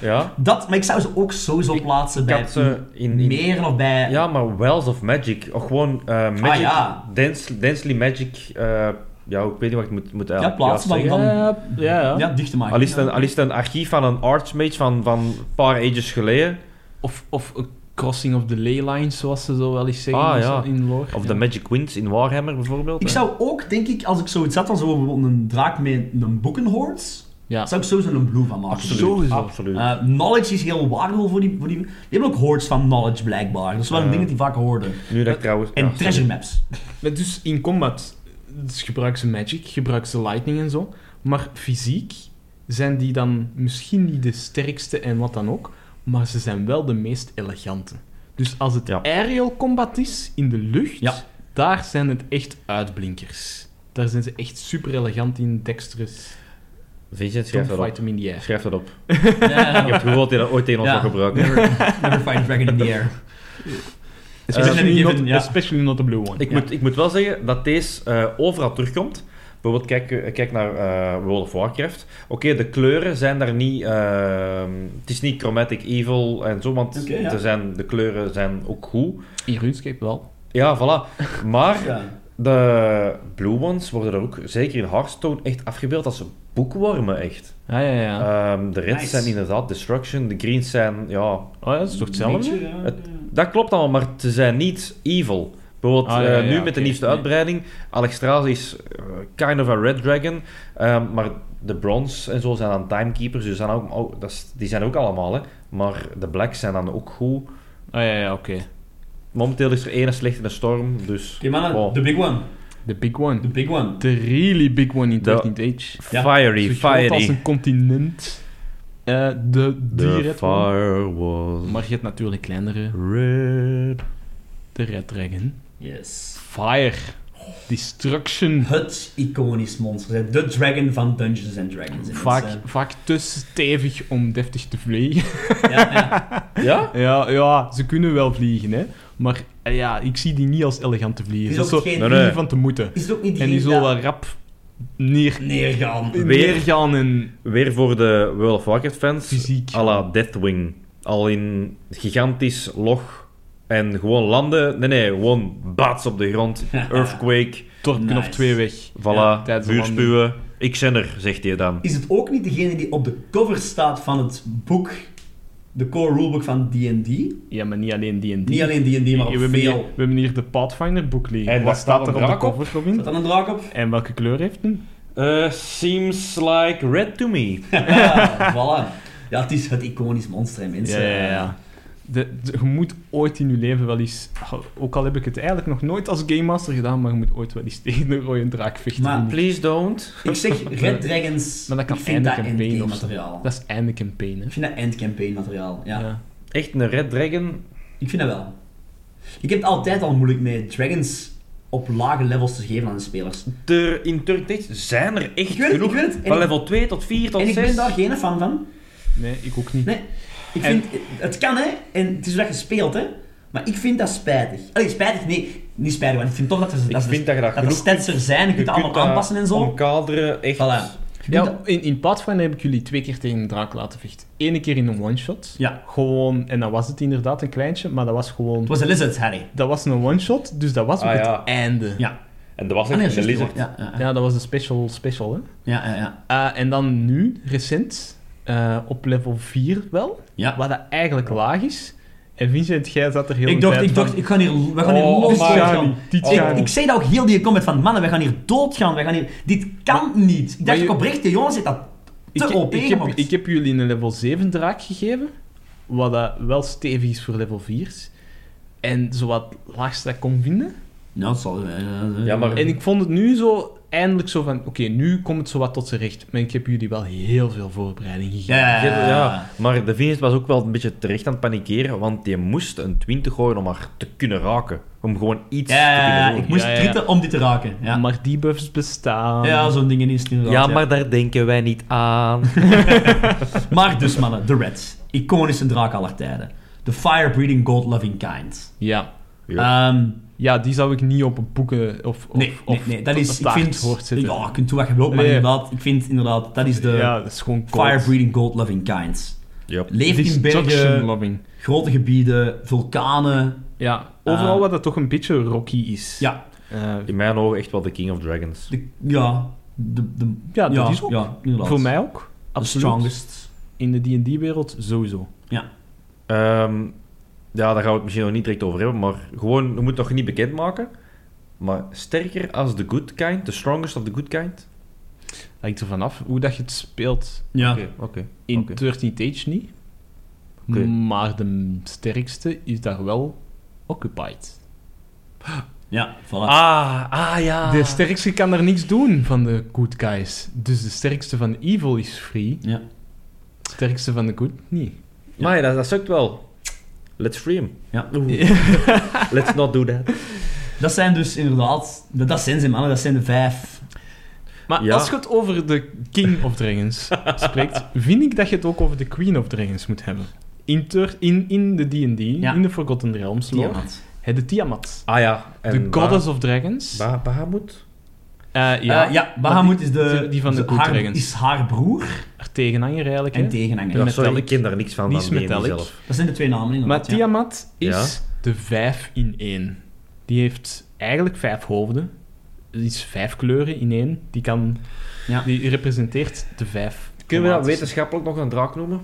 Ja.
Dat, maar ik zou ze ook sowieso plaatsen bij
had ze in- in-
meer of bij...
Ja, maar Wells of Magic. Of gewoon eh, Magic.
Ah, ja.
dens- densely Magic. eh, ja, ik weet niet wat ik moet, moet eigenlijk
plaats
juist
dan-
zeggen.
ja, ja,
Ah, ja dicht te maken.
Al is het een, al is het een archief van een archmage van, van een paar ages geleden.
Of, of a Crossing of the Ley Lines, zoals ze zo wel eens zeggen
Ah,
in-
ja.
in lore.
Of
Ja.
de Magic Winds in Warhammer bijvoorbeeld.
Ik
hè.
zou ook, denk ik, als ik zoiets had van zo bijvoorbeeld een draak met een boekenhoorns,
Ja.
zou ik sowieso een blue van maken.
Sowieso.
Absoluut.
Eh, knowledge is heel waardevol voor die, voor die... Die hebben ook hordes van knowledge, blijkbaar. Dat is wel een
Ja.
ding dat die vaak hoorden.
nu dat ik trouwens...
En
ja,
treasure maps.
Maar dus in combat dus gebruik ze magic, gebruik ze lightning en zo. Maar fysiek zijn die dan misschien niet de sterkste en wat dan ook. maar ze zijn wel de meest elegante. Dus als het
Ja.
aerial combat is, in de lucht,
Ja.
daar zijn het echt uitblinkers. Daar zijn ze echt super elegant in, dexterous.
Vincent,
Don't
schrijf dat
fight
op.
them in the air.
Schrijf dat op.
Ja,
Ik heb het gevoel dat hij dat ooit tegen ons
Ja.
gaat gebruiken.
never, never fight a dragon in the air.
Especially,
given,
not,
ja.
especially not the blue one.
Ik,
Ja.
moet, ik moet wel zeggen dat deze eh, overal terugkomt. Bijvoorbeeld, kijk, eh, kijk naar eh, World of Warcraft. Oké, de kleuren zijn daar niet... ehm, het is niet Chromatic Evil en zo, want
Oké, ja.
er zijn, de kleuren zijn ook goed.
In RuneScape wel.
Ja, voilà. Maar
Ja.
de Blue Ones worden er ook, zeker in Hearthstone, echt afgebeeld als boekwormen, echt.
Ja, ja, ja.
Ehm, de Reds
Nice.
zijn inderdaad Destruction, de Greens zijn... Ja,
oh ja, dat is toch hetzelfde?
Beetje, ja,
Het-
ja.
dat klopt allemaal, maar ze zijn niet evil. Bijvoorbeeld
Ah, ja,
eh,
ja,
nu
ja,
met de
oké.
nieuwste
Nee.
uitbreiding. Alexstrasza is eh, kind of a red dragon. eh, maar de bronze en zo zijn dan timekeepers. Dus zijn ook, oh, dat is- die zijn ook allemaal. Hè. Maar de blacks zijn dan ook goed.
Ah ja, ja, oké.
Momenteel is er één slecht in de storm. Dus
Oké, mannen,
Oh.
the big one.
The big one.
The big one.
The really big one in
De-
13th Age.
Ja.
fiery,
Zo groot als
fiery.
een continent. Eh, de die
The
red one.
fire was
Maar je hebt natuurlijk kleinere.
red.
De Red Dragon.
Yes.
Fire. Destruction.
Het iconisch monster. De dragon van Dungeons and Dragons.
Vaak, vaak te stevig om deftig te vliegen.
Ja, ja.
Ja?
ja, ja, ze kunnen wel vliegen, hè. Maar eh, ja, ik zie die niet als elegante vliegen.
Is
Dat is
ook
zo
geen-
Nee,
vliegen
nee.
van te moeten.
Is het ook niet die
En die zullen wel rap neer,
neergaan?
Weer-
neergaan en...
Weer voor de World of Warcraft fans.
Fysiek.
à la Deathwing. Al in gigantisch log en gewoon landen. Nee, nee, gewoon bats op de grond. Earthquake.
Torpen
Nice.
of twee weg.
Voilà,
tijdens de
vuurspuwen. Ik ben er, zegt hij dan.
Is het ook niet degene die op de cover staat van het boek, de core rulebook van D&D?
Ja, maar niet alleen die en die.
Niet alleen D&D, maar
we,
ook
hebben hier,
veel.
we hebben hier de Pathfinder boek liggen.
En
Wat
daar
staat er
staat
op
een
de
draak op.
cover,
Zat
Robin?
dan een draak op?
En welke kleur heeft hem?
Eh,
seems like red to me.
Ah, voilà. Ja, het is het eh, iconisch monster, hè, mensen.
De, de- je moet ooit in je leven wel eens... oh, Ook al heb ik het eigenlijk nog nooit als Game Master gedaan, maar je moet ooit wel eens tegen een rode draak vechten.
Maar-
Please don't.
Ik zeg Red Dragons,
Maar dat kan
ik vind dat
eindelijk een been
endgame
of zo.
materiaal.
Dat is einde campaign, hè.
Ik vind dat endcampaign materiaal, ja.
Echt een red dragon?
Ik vind dat wel. Ik heb het altijd al moeilijk met dragons op lage levels te geven aan de spelers.
Er, in Turk Tech zijn er echt
Ik weet het,
genoeg.
ik weet het. En
Van
ik-
level 2 tot 4 tot
en
6.
ik ben daar geen fan van.
Nee, ik ook niet.
Nee. Ik
En-
vind, het kan hè, en het is dat je speelt hè, maar ik vind dat spijtig. Allee, spijtig, nee, niet spijtig, want ik vind toch dat er,
Ik
dat er-
vind dat je dat
dat er
genoeg-
stats er zijn, je kunt het allemaal
dat
aanpassen en zo.
Omkaderen, echt.
Voilà. Je kunt
Ja,
dat-
in, in Pathfinder heb ik jullie twee keer tegen een draak laten vechten. Eén keer in een one-shot.
Ja.
Gewoon, en dat was het inderdaad, een kleintje, maar dat was gewoon...
Het was een lizard, Harry.
Dat was een one-shot, dus dat was ook
Ah,
het
ja.
einde.
Ja.
En dat was
Ah,
echt
nee, dat
een
is juist
lizard.
Ja, ja, ja.
Ja, dat was de special, special hè.
ja, ja, ja.
Ah. Eh, en dan nu, recent, eh, op level 4 wel,
Ja.
wat dat eigenlijk laag is. En Vincent, jij zat er heel
Ik
de
dacht,
tijd
ik dacht,
van,
ik ga hier, we gaan hier
Oh,
los
maar-
gaan.
Dit
Ik,
gaan we.
ik zei dat ook heel die comment van, mannen, we gaan hier doodgaan, we gaan hier... Dit kan niet. Ik
maar
dacht ook
je-
oprecht, de jongens heeft dat te
ik,
OP
ik, heb,
gemaakt.
ik heb jullie een level 7 draak gegeven, wat dat wel stevig is voor level 4's. En zowat het laagste dat ik kon vinden.
Ja, dat Nou, zal...
Ja, maar-
En ik vond het nu zo, eindelijk zo van, oké, nu komt het zowat tot zijn recht. Maar ik heb jullie wel heel veel voorbereiding gegeven.
Ja,
Ja, ja, maar de Venus was ook wel een beetje terecht aan het panikeren, want die moest een 20 gooien om haar te kunnen raken. Om gewoon iets te
Ja,
kunnen
ik
doen.
moest
Ja, ja, ja.
tritten om dit te raken. Ja,
Maar die buffs bestaan.
ja zo'n dingen is het inderdaad.
Ja, maar daar denken wij niet aan.
Maar dus, mannen, de Reds. Iconische draak aller tijden. The fire-breathing, god-loving kind.
ja.
Ehm,
Ja, die zou ik niet op een boeken of, of,
nee, nee,
of
nee, dat is... Ik
taart
vind...
hoort zitten.
Ja, je kunt doen wat je wilt, maar
Nee.
inderdaad, ik vind inderdaad, dat is de
ja, dat is gewoon koud.
fire-breathing, god-loving kind.
Ja.
Leeft in
Destruction
bergen,
loving.
grote gebieden, vulkanen.
Ja, eh, overal
Ah.
wat dat toch een beetje rocky is.
Ja,
Eh,
In mijn ogen echt wel de King of Dragons.
de, ja, de, de,
ja, dat is ook.
ja, inderdaad.
voor mij ook.
The
Absoluut.
strongest.
In de D&D-wereld sowieso.
Ehm, ja, daar gaan we het misschien nog niet direct over hebben, maar gewoon, we moeten het nog niet bekendmaken. Maar sterker als the good kind, the strongest of the good kind.
Hangt er vanaf hoe dat je het speelt.
Ja.
oké.
In
Oké.
13th Age niet.
Oké.
Maar de sterkste is daar wel Occupied.
Ja, voilà.
Ah, ah ja.
De sterkste kan daar niks doen van de good guys. Dus de sterkste van evil is free.
Ja.
De sterkste van de good niet.
Maar dat, dat sukt wel. Let's free him.
Ja.
Let's not do that.
Dat zijn dus inderdaad, dat, dat zijn ze mannen, dat zijn de vijf.
Maar
Ja.
als je het over de King of Dragons spreekt, vind ik dat je het ook over de Queen of Dragons moet hebben. In, ter- in, in de D&D,
Ja.
in de Forgotten Realms lore,
Tiamat.
hè, de Tiamat.
Ah ja. en
De
Ba-
Goddess of Dragons.
Ba- Bahamut?
Eh,
Ja,
ja,
ja Bahamut is de,
die- die van de Good
haar,
Dragons.
is haar broer
haar tegenhanger eigenlijk.
en
hè.
tegenhanger.
Ja, sorry,
Metallic.
ik ken daar niks van.
Die
van
is
D&D
metallic.
zelf.
Dat zijn de twee namen
Maar
inderdaad. ja.
Tiamat
Ja.
is de vijf in één. Die heeft eigenlijk vijf hoofden. Die is vijf kleuren in één. Die, kan,
Ja.
die representeert de vijf.
Kunnen we dat
chromatische-
wetenschappelijk nog een draak noemen?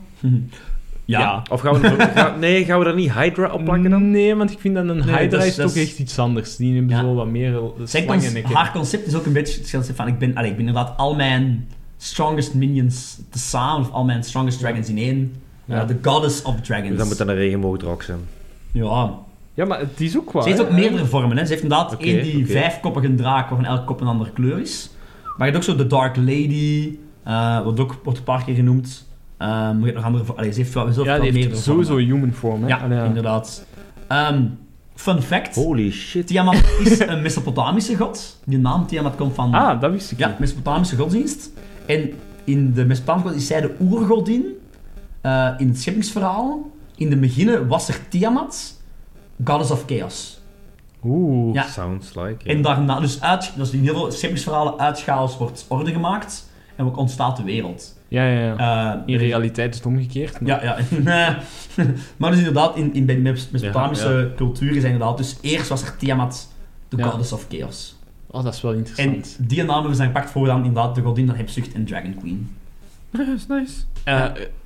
Ja.
Ja.
Of gaan we... ga- nee, gaan we daar niet Hydra op plakken dan?
Nee, want ik vind dat een
Nee, dat
Hydra
is-
is
dat
toch
is-
echt iets anders. Die hebben
Ja.
zo wat meer eh,
Zij cons-
slangen.
haar concept is ook een beetje het concept van ik ben, allee, ik ben inderdaad al mijn strongest minions tezamen, of al mijn strongest dragons in één.
Ja.
Ja, De goddess of dragons.
Dus dan moet dat een regenboogdraak zijn.
Ja.
Ja, maar het is ook wel.
Ze heeft ook meerdere vormen. Hè. Ze heeft inderdaad
Oké,
één die
oké.
vijfkoppige draak, waarvan elke kop een andere kleur is. Maar je hebt ook zo de Dark Lady, eh wat ook wordt een paar keer genoemd. Ehm, maar je hebt nog andere... vor- Allee, ze heeft wel, wel
Ja, die
meerdere
heeft sowieso
vormen.
human form. Hè?
Ja,
Allee, Oh.
inderdaad. Ehm, fun fact.
Holy shit.
Tiamat is een Mesopotamische god. Die naam Tiamat komt van...
Ah, dat wist ik
Ja,
niet.
Mesopotamische godsdienst. En in de Mesopotamische godsdienst is zij de oergodin. eh, in het scheppingsverhaal. In de beginnen was er Tiamat, goddess of chaos.
Oeh.
Ja.
Sounds like. ja.
En daarna, dus, uit, dus in heel veel scheppingsverhalen, uit chaos wordt orde gemaakt. En ook ontstaat de wereld.
Ja, ja, ja.
Eh,
In realiteit is het omgekeerd. maar-
Ja, ja. Nee. maar dus inderdaad, in, in, bij de Mes- Mesopotamische
Ja,
cultuur is inderdaad... Dus eerst was er Tiamat, de
Ja.
goddess of chaos.
Oh, dat is wel
En
interessant.
die naam hebben ze dan gepakt voor dan inderdaad de godin van hebzucht en Dragon Queen.
Eh,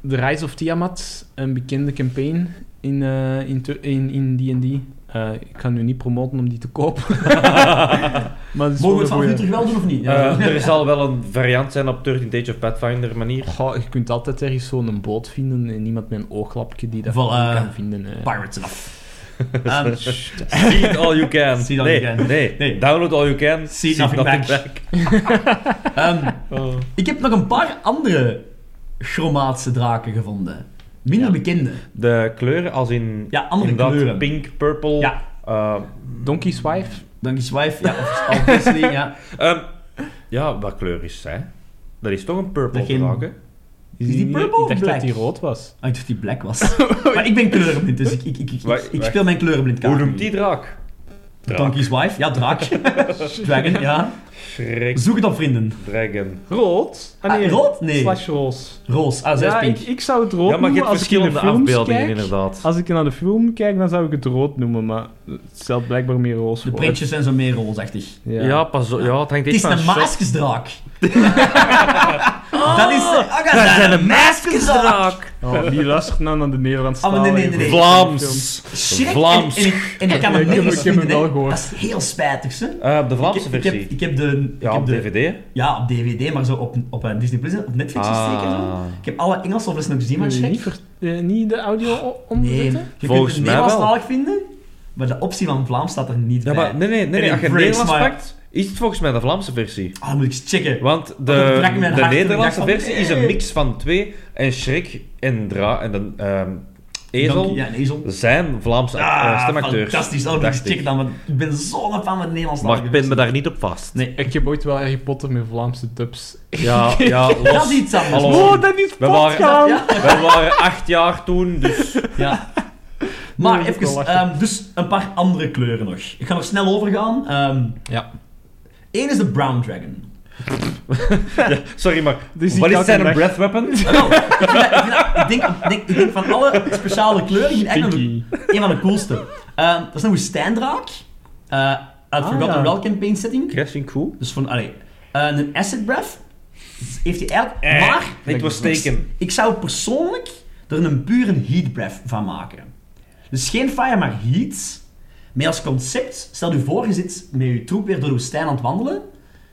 The Rise of Tiamat, een bekende campaign in eh, in Tur- in in D&D. Eh, ik ga nu niet promoten om die te kopen. maar het is
Mogen we het
wel
vanaf nu
een goeie.
terug wel doen of niet? Ja.
Eh, er zal wel een variant zijn op 13 Days of Pathfinder manier.
Goh, je kunt altijd ergens zo'n boot vinden en iemand met een ooglapje die dat
Voilà.
kan vinden. eh.
Pirates af. Um,
See it all you can.
See it all
nee,
you can.
Nee.
Nee.
download all you can.
See nothing back. ehm,
Oh.
ik heb nog een paar andere chromatische draken gevonden. Minder
Ja.
bekende.
De kleuren als in...
Ja, andere
inderdaad
kleuren.
pink, purple.
Ja.
eh,
Donkey's Wife?
Donkey's Wife, ja, of obviously, ja.
ehm, ja, wat kleur is zij? Dat is toch een purple
Degene-
draak, hè?
Is
die
niet-
purple
Ik dacht
of
dat die
black?
rood was.
Ah, ik dacht die black was. maar ik ben kleurenblind, dus ik, ik, ik, ik,
Wacht,
ik
wacht.
speel mijn kleurenblind kaart.
Hoe noemt die draak?
Donkey's Wife, ja, draak. Dragon, ja.
Schrik.
Zoek het op, vrienden.
Dragon.
Rood?
Ah, rood? Nee.
Slash roos.
Roos, ah, zij
ja,
is pink.
ik, ik zou het rood
Ja, maar je
noemen
hebt
als ik naar de
verschillende
films
afbeeldingen,
kijk.
inderdaad.
Als ik naar de film kijk, dan zou ik het rood noemen, maar het stelt blijkbaar meer roos
De
voor.
printjes zijn zo meer roosachtig.
Ja,
Ja.
pas op. Ja, het hangt
Het
echt
is
van...
een
shop-
maasjesdraak. dat is... Ah, dat
Dat
zijn
zijn
een
een
maasjesdraak.
draak.
Oh, die luistert nou naar de Nederlandse
Oh, maar nee, nee, nee, nee.
Vlaams.
Schrik.
Vlaams.
En, en ik, en ik kan
Ja,
hem
ik heb-
nergens
ik heb hem
vinden,
wel
hè.
gehoord.
Dat is heel spijtig, hè.
Eh, de
Ik,
Vlaamse
heb- ik,
versie.
heb, ik heb de...
ja,
ik heb
op
de,
DVD.
Ja, op DVD, maar zo op, op eh, Disney Plus, hè, op Netflix zeker zo.
Ah.
Ik heb alle Engelse of nog gezien, maar
Kun je
Shrek.
niet, ver- eh, niet de audio o-
Nee,
omzetten?
je kunt
Volgens
het
mij wel.
Nederlandstalig vinden, maar de optie van Vlaams staat er niet
Ja,
bij.
maar nee, nee, nee.
En
nee
in
als je het
Breaks,
Nederlands
maar-
pakt, is het volgens mij de Vlaamse versie.
Ah, dan moet ik eens checken.
Want de,
dat brak mijn hart
de
toen ik dacht
Nederlandse
van,
versie is een
nee.
mix van twee. En Schrik en Dra en dan ehm, Ezel
Donkey- Ja, een ezel.
zijn Vlaamse
Ah,
eh, stemacteurs.
fantastisch. Oh, moet ik eens
dacht ik.
checken dan, want ik ben zo'n fan van het Nederlands. Dus
Maar ik pin me daar niet op vast.
Nee,
Ik heb ooit wel Harry Potter met Vlaamse dubs.
Ja, ja, los.
dat is iets anders.
Hallo.
Oh, dat is
We waren-
potgaan!
Ja.
Wij waren acht jaar toen, dus...
Ja.
Ja,
Maar
dat is wel
even,
lachen.
ehm, dus een paar andere kleuren nog. Ik ga nog snel overgaan. Ehm
Ja.
Eén is de Brown Dragon.
Sorry, maar
Dus die
wat is
elke
zijn
dag-
een breath weapon?
Ah, wel, ik, vind dat- ik, vind dat- ik denk, ik, denk, ik denk van alle speciale kleuren, vind ik eigenlijk
Pinky.
een van de coolste. Ehm, dat is een woestijndraak. eh uit
Ah,
Forgotten
ja.
Realm campaign setting.
Crashing cool.
Dus van, allee. eh, een Acid Breath heeft hij eigenlijk...
Eh,
maar
Ik was teken.
Ik zou persoonlijk er een pure heat breath van maken. Dus geen fire, maar heat. Maar als concept, stel je voor, je zit met je troep weer door de woestijn aan het wandelen.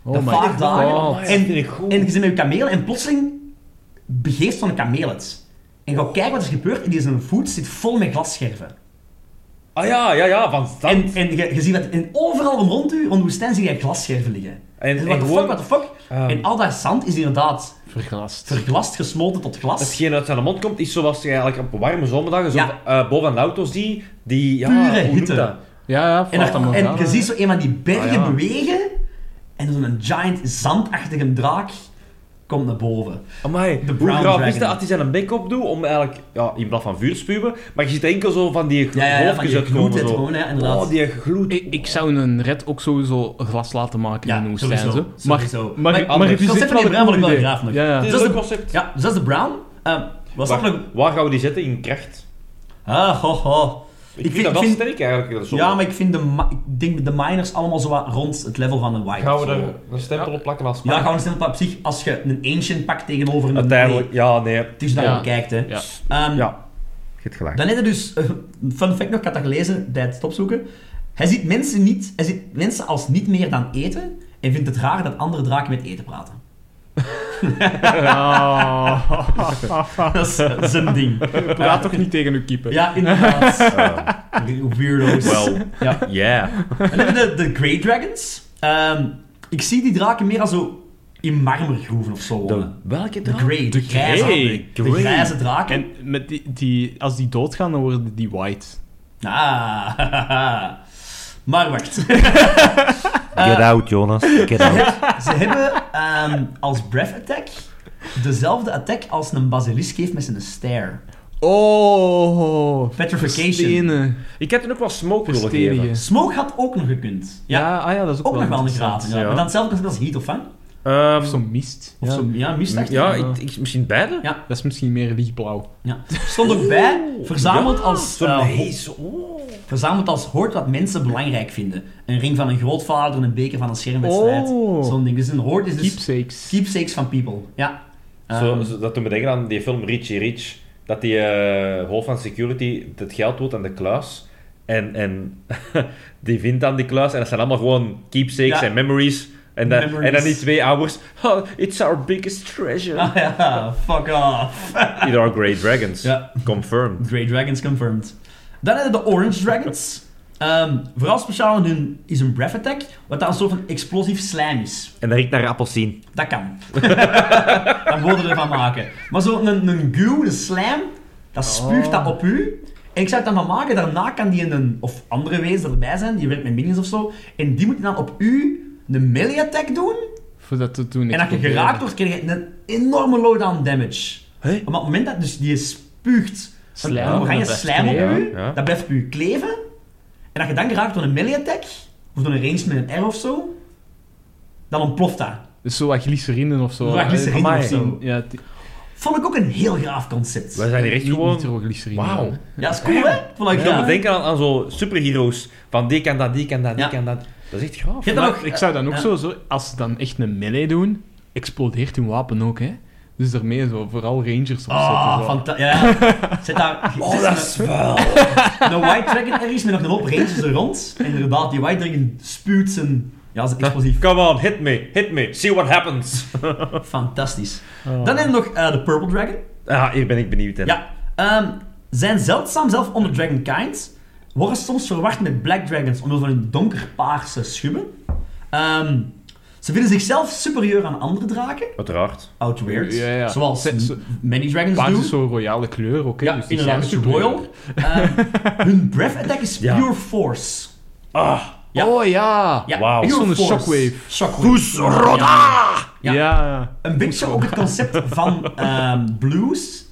Oh
de
my
vaart
god.
dagen.
Oh,
en,
vind ik goed.
en je zit met je kameel en plotseling begeeft van een kameel het. En ga kijken wat er gebeurt en die zijn voet zit vol met glasscherven.
Ah ja, ja, ja, van zand.
En, en je, je ziet dat en overal om rond u, rond de woestijn, zie je glasscherven liggen.
En-
En,
en
what the
gewoon-
fuck, what the fuck.
Ah.
En al dat zand is inderdaad
Verglast.
Verglast, gesmolten tot
Als
glas.
hetgeen uit zijn mond komt, is zoals je eigenlijk op warme zomerdagen zo
Ja.
eh, boven aan de auto's die... die ja,
Pure
hoe noemt
hitte.
dat?
Ja, ja,
En, er-
Fata
en
Morgana.
je ziet zo een van die bergen
Ah, ja.
bewegen. En zo'n giant zandachtige draak komt naar boven.
Amai,
De
de
Brown
hoe graaf is
Dragon.
dat als hij zijn bek opdoet om eigenlijk, ja, in plaats van vuur spuwen, maar je ziet enkel zo van die
Ja, ja, ja, van
golfjes
die
uitkomen
gloed het
zo.
gewoon, hè, inderdaad.
Oh, die gloed.
Ik, ik zou een red ook sowieso glas laten maken
Ja,
in de woestijn.
sowieso,
zo. Maar,
sowieso.
maar,
Maar-
maar, het is
Concept van
echt wel
die
een
Brabant
cool
wel
idee.
graaf nog.
Ja, ja.
Het is
Dat
een
is
leuk
een-
concept.
Ja, dus dat is de Brown. Ehm, was dat nog...
Waar, waar gaan we die zetten? In kracht?
Ah, ho, ho.
Ik, vind dat wel sterk eigenlijk. dat is zo.
Ja, maar ik vind de, ma- ik denk de miners allemaal zo wat rond het level van een white.
Gaan we
Zo.
er een stempel
Ja.
op plakken als
Ja, gewoon een simpel op zich, als je een ancient pakt tegenover een...
Uiteindelijk,
nee,
ja, nee.
het is dat
Ja.
je kijkt, hè.
Ja.
Ehm,
Ja. Je hebt gelijk.
Dan heb je dus... eh, fun fact nog, ik had dat gelezen bij het stopzoeken. Hij ziet mensen, niet, hij ziet mensen als niet meer dan eten en vindt het raar dat andere draken met eten praten. Dat is eh, zijn ding.
Praat toch niet tegen uw keeper.
Ja, inderdaad.
Eh,
Weirdo's.
Wel.
Ja.
yeah.
En dan hebben we de, de Grey Dragons. Ehm, ik zie die draken meer als zo in marmergroeven of zo. wonen.
welke
De Grey. De grijze,
Grey.
de grijze draken.
En met die, die, als die doodgaan, dan worden die white.
Ah, hahaha. maar wacht.
Ah.
Get out, Jonas. Get out.
Ze hebben ehm, als breath attack dezelfde attack als een basilisk heeft met zijn stare.
Oh.
Petrification.
Stenen.
Ik had toen ook wel smoke willen
Mysterie.
geven.
Smoke had ook nog gekund. Ja,
ah ja, dat is ook,
ook nog wel een
interessant.
gratis. Ja.
ja.
Maar dan hetzelfde concept als heat of fang.
Ehm,
Of zo'n mist.
Of zo, ja, mistachtig.
ja, ik, ik- misschien beide?
Ja.
Dat is misschien meer lichtblauw.
Ja. Stond ook bij, verzameld als...
Zo'n
eh,
haze, oh.
Verzameld als hoort wat mensen belangrijk vinden. Een ring van een grootvader, een beker van een schermwedstrijd.
Oh.
Zo'n ding. Dus een hoort is dus
Keepsakes.
keepsakes van people. Ja.
Zo,
Ehm,
zo- dat doet me denken aan die film Richie Rich. Dat die eh, hoofd van security het geld doet aan de kluis. En, en die vindt dan die kluis. En dat zijn allemaal gewoon keepsakes
Ja.
en memories. En dan,
Memories.
en dan die twee ouders. Oh, it's our biggest treasure.
ah ja, fuck off.
It are great dragons.
Ja.
Confirmed.
Grey Dragons confirmed. Dan hebben we de Orange Dragons. Ehm, vooral speciaal in hun is een breath attack, wat dan een soort van explosief slijm is.
En dat riekt naar appelsien.
Dat kan. Dan moeten we ervan maken. Maar zo'n een, een goo, een slijm, dat spuugt dat op u. En ik zou het dan van maken, daarna kan die in een, of andere wezen erbij zijn, die werkt met minions of zo, en die moet dan op u een melee attack doen.
Voor dat te doen.
En als je
exploderen.
geraakt wordt, krijg je een enorme low-down damage.
Hé?
Maar op het moment dat dus die spuugt een
Slijm,
oranje
dat blijft
slijm op
kleven.
u,
Ja.
dat blijft op u kleven. En als je dan geraakt door een melee attack, of door een range met een R of zo, dan ontploft dat.
Dus zo wat glycerine of zo.
Zo wat glycerine
Amai.
of zo.
Ja, die-
Vond ik ook een heel graaf concept.
Wij zijn hier echt
niet,
gewoon...
niet glycerine.
Wauw.
Ja, is cool, hè? Vond ik
Ah, Ik kan
graaf.
me denken aan, aan zo'n superheroes. Van die kan dat, die kan dat, die
Ja.
kan dat. Dat is echt gaaf.
Je hebt dan ook...
ik zou dan ook
Ja.
zo, zo, als ze dan echt een melee doen, explodeert hun wapen ook, hè. Dus daarmee zo, vooral rangers opzetten.
Ah,
zo.
fanta- ja. Zet daar... zet een-
wel...
Een White Dragon ergens met nog een hoop rangers er rond. En inderdaad, die White Dragon spuwt zijn... Ja, zijn explosief.
Come on, hit me, hit me. See what happens.
Fantastisch. Dan hebben we nog eh, de Purple Dragon.
ah, hier ben ik benieuwd in.
Ja. ehm, zijn zeldzaam zelf onder Dragon Kind. Worden soms verward met Black Dragons omwille van hun donkerpaarse schubben. Ehm, ze vinden zichzelf superieur aan andere draken.
Uiteraard.
Out weird.
Ja, ja.
Zoals
Ze- ze-
many dragons
Paars
doen.
is zo'n royale kleur ook, hè.
Ja,
dus die
inderdaad,
zijn
is royal. Ehm, hun breath attack is
Ja.
pure force.
Ah,
Ja.
Oh ja!
Ja,
Wauw.
pure
Echt zo'n
force.
shockwave. ah!
Shockwave. Ja.
ah!
Ja.
Een beetje ook het concept van ehm, blues.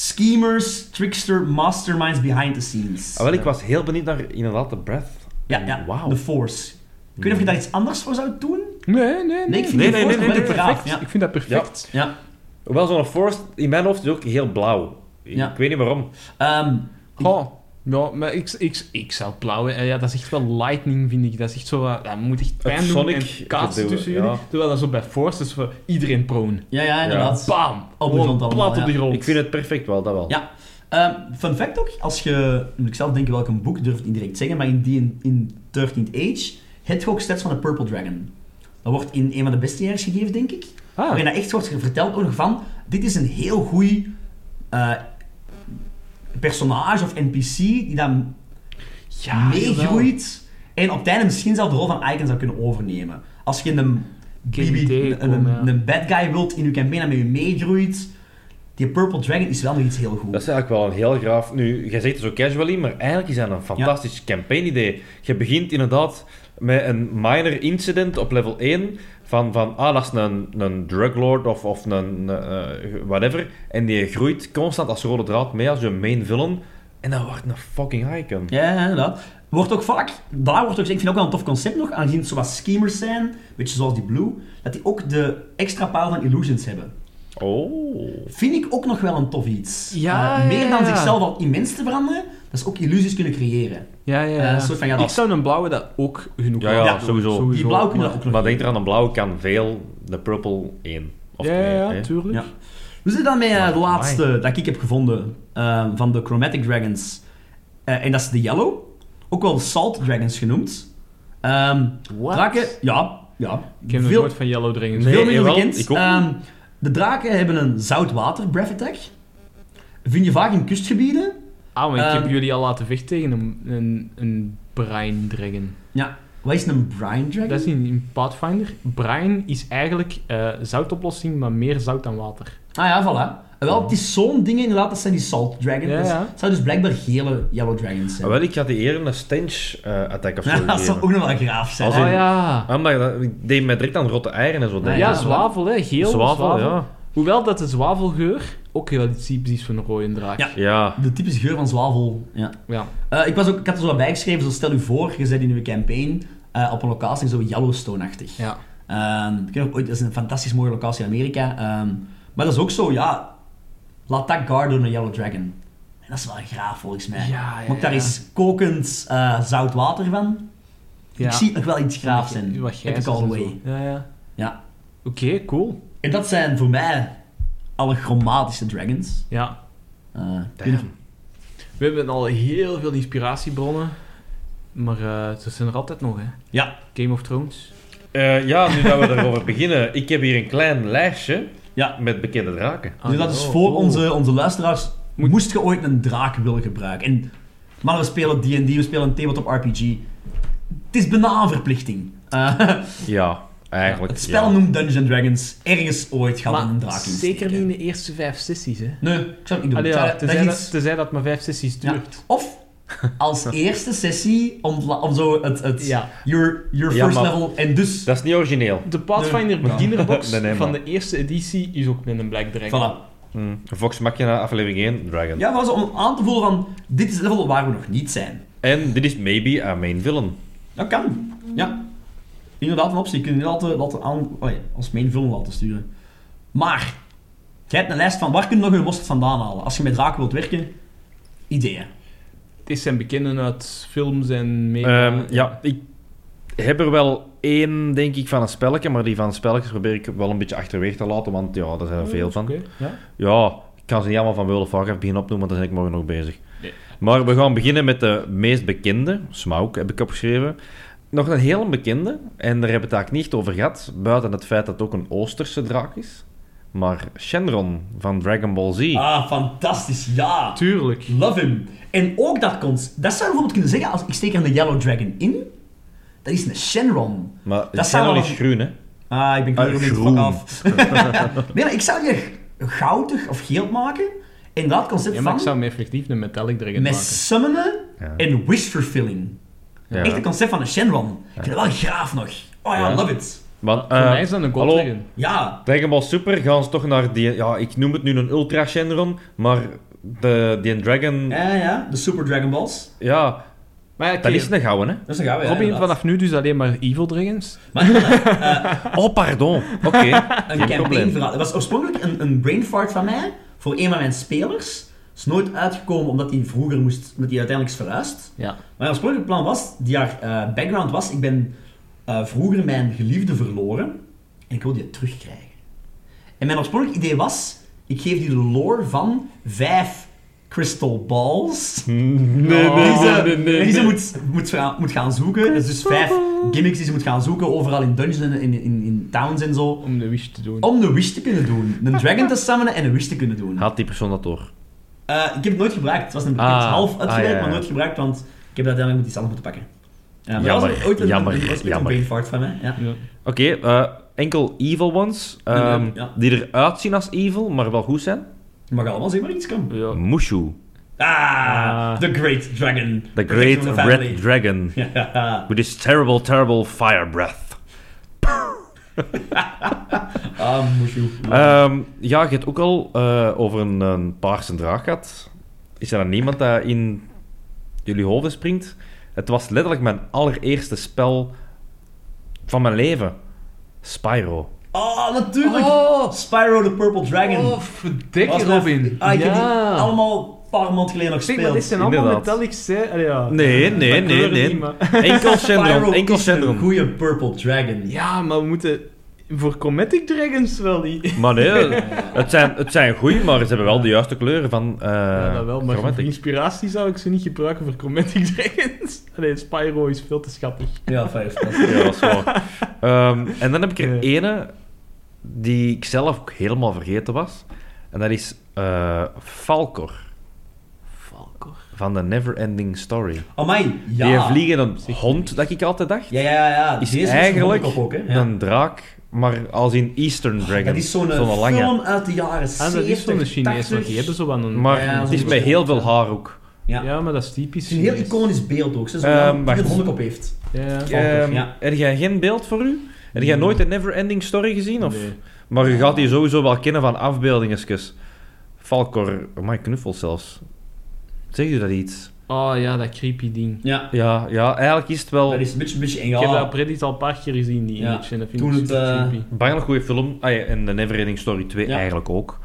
Schemers, trickster, masterminds behind the scenes.
Ah, wel, ik was heel benieuwd naar inderdaad de breath.
Ja, ja.
Wauw.
De force. Ik weet niet of je daar iets anders voor zou doen.
Nee, nee, nee.
Nee, ik vind
Nee,
die
nee,
force
nee,
wel
nee,
graaf.
perfect.
Ja.
Ik vind dat perfect.
ja.
Hoewel zo'n forest in mijn hoofd is ook heel blauw. Ik
Ja.
weet niet waarom.
Ehm,
Goh. Ja, maar ik, ik, ik zou blauw... eh, Ja, dat is echt wel lightning, vind ik. Dat is echt zo... eh, Dat moet echt pijn doen
Sonic
en kaatsen
gedoe,
tussen
ja.
jullie. Terwijl dat zo bij Force is voor iedereen prone.
ja, ja, inderdaad.
Bam!
Op de
Gewoon
grond allemaal,
plat op de
ja.
grond.
Ik vind het perfect wel, dat wel.
Ja. Ehm, fun fact ook, als je... Moet ik zelf denken welk een boek, durf ik niet direct zeggen, maar in, die, in, in 13th Age heb je ook stats van de Purple Dragon. Dat wordt in een van de beste jaren gegeven, denk ik.
Ah.
Waarin dat echt wordt verteld ook nog van, dit is een heel goeie eh, personage of NPC die dan
Ja, jawel.
meegroeit en op het einde misschien zelf de rol van Icon zou kunnen overnemen. Als je in de
Ken
BB
tegenkomen,
een,
ja.
een bad guy wilt in je campaign en met je meegroeit. Die Purple Dragon is wel nog iets heel goed.
Dat is eigenlijk wel een heel graaf... Nu, jij zegt er zo casual in, maar eigenlijk is dat een fantastisch campaign-idee. Je begint inderdaad met een minor incident op level 1 van, van ah, dat is een, een druglord of, of een eh, whatever. En die groeit constant als rode draad mee als je main villain. En dat wordt een fucking icon.
Ja, ja, inderdaad. Wordt ook vaak, daar wordt ook, ik vind het ook wel een tof concept nog, aangezien het zo wat schemers zijn, beetje zoals die Blue, dat die ook de extra power van Illusions hebben.
Oh.
Vind ik ook nog wel een tof iets.
Ja,
Eh, meer dan
ja, ja.
zichzelf al immens te veranderen, dat ze ook illusies kunnen creëren.
Ja, ja,
Eh,
ja.
een soort van, ja,
ik
dat-
zou een blauwe dat ook genoeg
Ja, ja,
laten doen,
sowieso.
Die blauwe kunnen
maar-
dat ook nog
Maar denk eraan, een blauw kan veel, de purple 1. Of
Ja,
twee,
ja,
hè.
ja, tuurlijk.
Ja. We zitten dan met eh, de laatste dat ik heb gevonden eh, van de Chromatic Dragons. Eh, en dat is de Yellow, ook wel de Salt Dragons genoemd. Ehm
What?
draken, ja, ja.
Ik heb nog
Veel-
nooit van Yellow Dragons
Nee.
Veel minder
jawel,
bekend.
ik ook
Ehm, de draken hebben een zoutwater breath attack. Vind je vaak in kustgebieden.
Ah, maar ik
Ehm,
heb jullie al laten vechten tegen een, een, een Brine Dragon.
Ja. Wat is een brine dragon?
Dat is in, in Pathfinder. Brine is eigenlijk eh, zoutoplossing, maar meer zout dan water.
Ah ja, voilà. Eh, Wel, het is zo'n ding inderdaad, dat zijn die salt dragons.
Ja,
Dat is-
ja.
Het zou dus blijkbaar gele yellow dragons
Ah,
zijn.
wel, ik had die eerder een stench eh, attack of zo
Ja, dat zou
gegeven.
ook nog wel graaf zijn.
Als
oh
in-
ja.
Ah, maar dat- ik deed mij direct aan rotte eieren en zo
Ah,
denken.
ja,
ja,
zwavel, hè. Geel, zwavel.
Zwavel, ja.
Hoewel dat de zwavelgeur ook wel iets typisch is van een rode draak.
Ja.
Ja.
De typische geur van zwavel. Ja.
Ja.
Eh, ik, was ook, ik had er zo wat bijgeschreven, zo stel u voor, je zit in uw campaign eh, op een locatie zo Yellowstone-achtig.
Ja.
Ehm, ik weet nog ooit, dat is een fantastisch mooie locatie in Amerika. ehm, maar dat is ook zo, ja. Laat dat guard doen een Yellow Dragon. En dat is wel graaf volgens mij.
Ja, ja,
Maak daar
ja.
eens kokend eh, zout water van.
Ja.
Ik zie nog wel iets graafs in.
Wat jij
Epic all the way.
Ja, ja.
Ja.
Oké, cool.
En dat zijn voor mij alle chromatische dragons.
Ja.
Eh,
We hebben al heel veel inspiratiebronnen. Maar eh er zijn er altijd nog, hè.
Ja.
Game of Thrones.
Eh, ja, nu dat we erover beginnen. Ik heb hier een klein lijstje
Ja.
met bekende draken.
Ah,
dus dat is
oh,
voor
oh.
onze, onze luisteraars. Moest je ooit een draak willen gebruiken? En, maar we spelen D&D, we spelen een tabletop RPG. Het is bijna een verplichting. Eh,
Ja, eigenlijk.
Het spel
ja.
noemt Dungeons Dragons. Ergens ooit gaat
Maar
een draak in
zeker
steken.
niet in de eerste vijf sessies, hè.
Nee, ik zou het niet doen.
Allee,
Ik zou-
ja,
dat
tenzij,
is
dat,
iets-
tenzij dat maar vijf sessies
ja.
duurt.
Of als eerste sessie, om, om zo het, het
Ja.
your, your
Ja,
first
maar-
level en dus...
Dat is niet origineel.
De Pathfinder Beginnerbox
Nee, nee,
van
man.
de eerste editie is ook met een Black Dragon.
Voilà.
Hm. Vox Machina, aflevering 1, Dragon.
Ja, maar zo om aan te voelen van, dit is het level waar we nog niet zijn.
En dit is maybe our main villain.
Dat kan. Ja. Inderdaad, een optie. Je kunt je laten, laten eh, aan, allee, als main film laten sturen. Maar, jij hebt een lijst van waar kun je nog je mosterd vandaan halen. Als je met draken wilt werken, ideeën.
Dit zijn bekenden uit films en media.
Ehm, ja, ik heb er wel één, denk ik, van een spelletje, maar die van spelletjes probeer ik wel een beetje achterwege te laten, want ja, daar zijn er veel van.
Oké, ja.
Ja, ik kan ze niet allemaal van World of Warcraft beginnen opnoemen, want daar ben ik morgen nog bezig.
Nee.
Maar we gaan beginnen met de meest bekende. Smaug heb ik opgeschreven. Nog een heel bekende, en daar hebben we het eigenlijk niet echt over gehad, buiten het feit dat het ook een Oosterse draak is. Maar Shenron van Dragon Ball Z.
Ah, fantastisch. Ja.
Tuurlijk.
Love him. En ook dat concept. Dat zou je bijvoorbeeld kunnen zeggen als ik steek er een Yellow Dragon in. Dat is een Shenron.
maar
dat zou
Shenron
wel
is
een-
groen, hè?
Ah, ik ben
Ah,
kleurenblind,
groen.
fuck af. nee, maar ik zou die g- goudig of geel maken. En dat concept
Ja, maar ik
van
zou hem effectief een Metallic Dragon
met
maken.
summenen
Ja.
en wish fulfilling.
Ja.
Echt het concept van een Shenron. Ik vind het wel graaf nog. Oh ja,
Ja.
love it.
Want,
Voor
eh,
mij is dat een God
hallo,
Dragon.
Ja,
Dragon Ball Super gaan ze toch naar die... Ja, ik noem het nu een Ultra Shenron, maar de, die Dragon...
ja, ja. De Super Dragon Balls.
Ja,
Maar ja,
dat
oké,
is een gouden, hè?
Dat is een gouden, ja,
Robin,
inderdaad.
vanaf nu dus alleen maar Evil Dragons.
Maar eh,
Oh, pardon. Oké,
een
geen probleem.
campaignverhaal. Het was oorspronkelijk een, een brain fart van mij voor een van mijn spelers. Is nooit uitgekomen omdat hij vroeger moest, omdat hij uiteindelijk is verhuisd.
Ja.
Mijn oorspronkelijk plan was, die haar eh, background was, ik ben eh, vroeger mijn geliefde verloren en ik wil die terugkrijgen. En mijn oorspronkelijk idee was, ik geef die de lore van vijf crystal balls
Nee,
die ze, die ze moet, moet, gaan- moet gaan zoeken. Dus, dus vijf gimmicks die ze moet gaan zoeken, overal in dungeons en in, in, in towns en zo.
Om de wish te doen.
Om de wish te kunnen doen. Een dragon te summonen en een wish te kunnen doen.
Haat die persoon dat door?
Eh, ik heb het nooit gebruikt. Het was een, ik heb het
Ah,
half uitgewerkt,
ah, ja, ja.
maar nooit gebruikt, want ik heb dat uiteindelijk met iets anders moeten pakken. Ja, maar dat
Jammer,
was ooit een,
jammer,
een, een, was ooit een
jammer.
brain fart van mij. Ja.
Ja.
Oké, eh, enkel evil ones, ehm,
Nee, ja.
die eruit zien als evil, maar wel goed zijn.
Je mag allemaal zien waar iets kan.
Ja.
Mushu,
Ah,
Ah.
the Great Dragon.
the
Protection
great
of
red
family.
dragon, with his terrible, terrible fire breath.
ah, Mushu.
Eh,
Ehm, ja, je hebt ook al eh, over een, een paarse draak gehad. Is er dan niemand dat in jullie hoofden springt? Het was letterlijk mijn allereerste spel van mijn leven. Spyro.
Oh, natuurlijk.
Oh.
Spyro the Purple Dragon.
Oh,
Was
verdikke
mijn-
Robin.
Ah, ik heb die
Ja.
allemaal een paar maanden geleden nog
Zeg, maar dit
gespeeld.
zijn allemaal
inderdaad.
metallics, hè? Allee, ja.
Nee, nee,
Dat
nee,
kleuren
nee.
niet, maar-
Spyro
Enkel syndroom, enkel
is een
syndroom.
goede Purple Dragon.
Ja, maar we moeten... Voor Cometic Dragons wel die...
Maar nee, het zijn, het zijn goeie, maar ze hebben wel de juiste kleuren van... eh,
ja, dat wel, maar voor
Chromatic.
inspiratie zou ik ze niet gebruiken voor Cometic Dragons. Nee, Spyro is veel te schattig.
Ja, vijf.
Ja, dat is waar. Ehm, en dan heb ik er
Ja.
ene die ik zelf ook helemaal vergeten was. En dat is eh, Falcor.
Falcor.
van de Neverending Story.
Amai, ja.
Die vliegende hond dat ik altijd dacht,
Ja, ja, ja.
is
Deze is
eigenlijk
een ook, hè. Ja.
een draak, maar als in Eastern Dragon.
Dat is zo'n eh,
Zo'n lange.
film uit de jaren 70,
Ah, dat is zo'n Chinees,
80.
want die hebben zo wel een...
Ja,
Maar het is
zo'n
met heel veel haar ook.
ja.
ja. maar dat is typisch
Het is een heel
Chinees.
iconisch beeld ook. Ze is
Ehm,
een
wacht.
een hond op heeft.
Ja.
Falcor,
Ehm,
ja.
Heb jij geen beeld voor u? Heb jij
Nee.
nooit de Neverending Story gezien? Of?
Nee.
Maar je gaat die sowieso wel kennen van afbeeldingetjes. Falcor, mijn knuffels zelfs. Zeg je dat iets?
Oh ja, dat creepy ding.
Ja,
Ja, ja eigenlijk is het wel...
dat is een beetje, een beetje eng.
Ik heb dat op
Ja.
Reddit al een paar keer gezien, die
Ja.
image, en dat vind
Toen
ik
het,
super
eh,
creepy.
Bang een goede film. Ah ja, en The Neverending Story 2
Ja.
eigenlijk ook.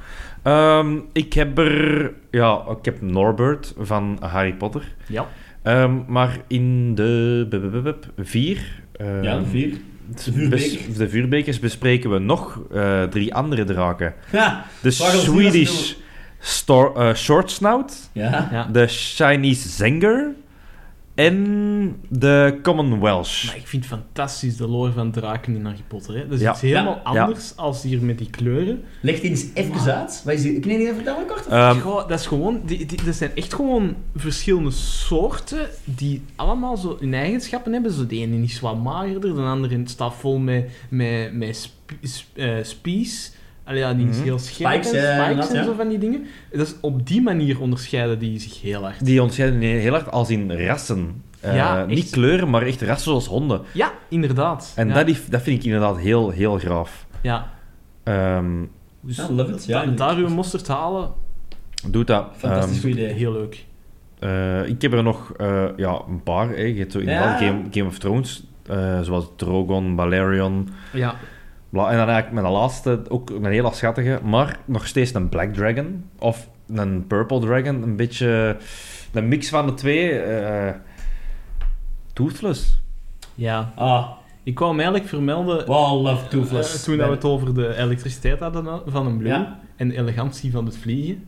Ehm, ik heb er... Ja, ik heb Norbert van Harry Potter.
Ja.
Ehm, maar in de... bup, bup, bup, bup, vier... ehm,
Ja, de vier.
bes-
de vuurbeker.
de vuurbekers bespreken we nog eh, drie andere draken.
Ja.
De
Waar ons niet aan
Swedish stor, eh, Shortsnout,
Ja.
Ja.
de Chinese Zenger en de Common Welsh.
Maar ik vind het fantastisch de lore van draken in Harry Potter. Hè. Dat is
Ja.
iets helemaal
Ja.
anders als hier met die kleuren.
Leg die eens even
Ah.
uit. Wat is die? Kun je die even vertellen kort?
Ehm,
Goh, dat is gewoon... Die, die, dat zijn echt gewoon verschillende soorten die allemaal zo hun eigenschappen hebben. Zo de ene is wat magerder, de andere staat vol met, met, met sp- sp- eh, spies. Allee, ja, die is
Mhm.
heel scherp
Spikes, eh,
en spikes
inderdaad,
en
ja.
zo van die dingen. Dus op die manier onderscheiden die zich heel erg.
Die ontscheiden heel erg als in rassen. Eh,
Ja, echt.
niet kleuren, maar echt rassen zoals honden.
Ja, inderdaad.
En
ja.
dat, is- dat vind ik inderdaad heel, heel graaf.
Ja.
Ehm,
Dus
Ja, love it. Ja,
da-
inderdaad.
daar uw mosterd halen,
doe dat.
Fantastisch
Ehm,
goed idee.
heel leuk.
eh, ik heb er nog eh, ja, een paar. hè. Je hebt zo inderdaad
Ja.
Game, Game of Thrones, eh, zoals Drogon, Balerion.
Ja.
Bla, en dan eigenlijk mijn laatste, ook een hele schattige, maar nog steeds een Black Dragon. Of een Purple Dragon. Een beetje een mix van de twee. eh toothless.
Ja.
Ah,
Ik kwam eigenlijk vermelden,
wow, love
eh,
Toothless.
toen dat we het over de elektriciteit hadden eh, van een bloem
Ja.
en de elegantie van het vliegen.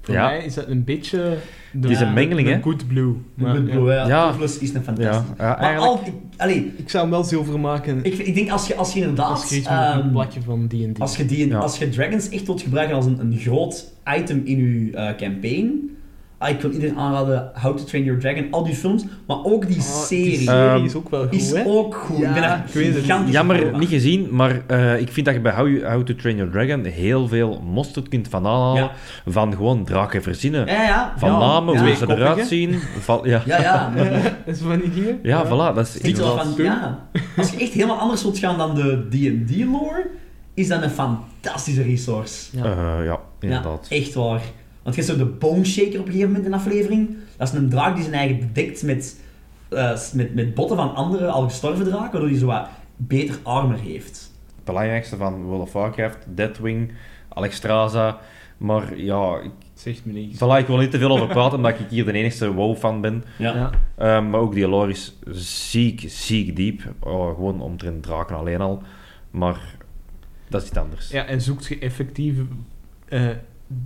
Voor
Ja.
mij is dat een beetje... De,
Het is een mengeling,
de
hè?
Good blue. Maar,
Ik bedoel,
ja.
ja,
Ja.
Toothless is een
Ja,
fantastisch.
ja,
Maar
eigenlijk.
al, ik, allee,
Ik zou hem wel zilver maken
ik, ik denk als je, als je
als
inderdaad...
je iets met een
ehm,
goed plakje van D&D.
als, je die,
Ja.
als je dragons echt wilt gebruiken als een, een groot item in je eh, campaign... ah, ik wil iedereen aanraden How to Train Your Dragon, al die films, maar ook die
Oh,
serie
Die serie
Ehm,
is ook wel goed,
is
hè?
ook goed.
Ja,
ik ben daar
ik weet het.
gigantisch fan
Jammer,
van.
niet gezien, maar eh, ik vind dat je bij How, You- How to Train Your Dragon heel veel mosterd kunt van aanhalen.
Ja.
Van gewoon draken verzinnen.
Ja, ja.
eh, Van
ja.
namen,
ja.
hoe ze
Tweekoppig,
eruit
hè?
zien. Van, ja. Ja.
Ja, ja.
Dat is van die dingen.
voilà. Dat is
Ik denk wel
inderdaad-
van, ja. Als je echt helemaal anders wilt gaan dan de D&D-lore, is dat een fantastische resource.
Ja.
Eh, ja, inderdaad.
Ja, echt waar. Want je hebt zo de Bone Shaker op een gegeven moment in de aflevering. Dat is een draak die zijn eigen bedekt met, eh, s- met, met botten van andere al gestorven draken, waardoor hij zo wat beter armor heeft.
Het belangrijkste van World of Warcraft, Deathwing, Alexstrasza. Maar ja, ik,
Zegt me niks.
voilà, ik wil niet te veel over praten, omdat ik hier de enige WoW-fan ben.
Ja.
Eh, maar ook die lore is ziek, ziek diep. Oh, gewoon omtrent draken alleen al. Maar dat is iets anders.
Ja, en zoekt je effectief eh,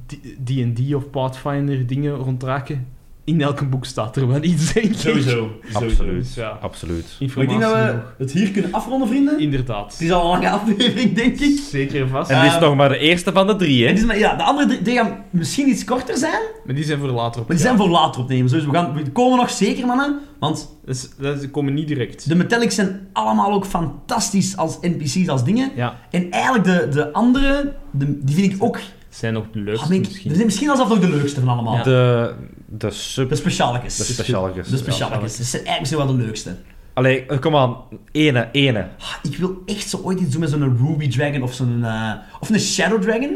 D- D&D of Pathfinder dingen rond draken? in elk boek staat er wel iets, denk ik. Dus
Sowieso.
Absoluut.
Ja.
Absoluut.
Maar ik denk dat
Informatie
we
nog.
het hier kunnen afronden, vrienden. Het
Inderdaad.
is al een lange aflevering, denk ik.
Zeker en vast.
En dit is
Eh,
nog maar de eerste van de drie,
Het
hè?
is maar- ja, de andere drie die gaan misschien iets korter zijn,
Maar die zijn voor later op.
maar die zijn voor later opnemen. Dus we, gaan, we komen nog zeker, mannen. Want
Dus, dat is- komen niet direct.
de Metallics zijn allemaal ook fantastisch als NPC's, als dingen.
Ja,
En eigenlijk de, de andere, de- die vind ik ook...
zijn nog de
Ah,
leukste
denk, misschien.
misschien.
Dat is misschien alsaf ook de leukste van allemaal. De,
De, de sub...
de specialetjes.
De specialekes.
De specialetjes. Dat zijn eigenlijk zo wel de leukste.
Allee, eh, kom aan. Ene, ene.
Ah, Ik wil echt zo ooit iets doen met zo'n Ruby Dragon of zo'n... eh, of een Shadow Dragon.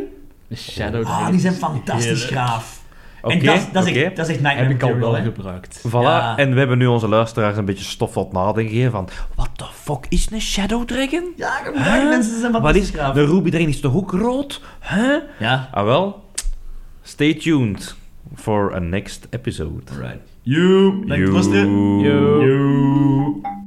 De Shadow
Ah,
Dragon.
die zijn fantastisch
Heerlijk.
graaf.
Oké,
en dat, dat, is
oké.
echt, dat is echt nightmare
Heb ik al
material,
wel
hè.
gebruikt.
Voilà,
Ja.
en we hebben nu onze luisteraars een beetje stof tot nadenken gegeven van... What the fuck is een Shadow Dragon?
Ja, gebruik
Huh?
mensen zijn
Wat
fantastisch
is...
graaf.
De Ruby Dragon is toch ook rood? Huh?
Ja.
Ah wel, stay tuned for a next episode.
Alright. You. Dank voor het luisteren.
You.
Yo.
You.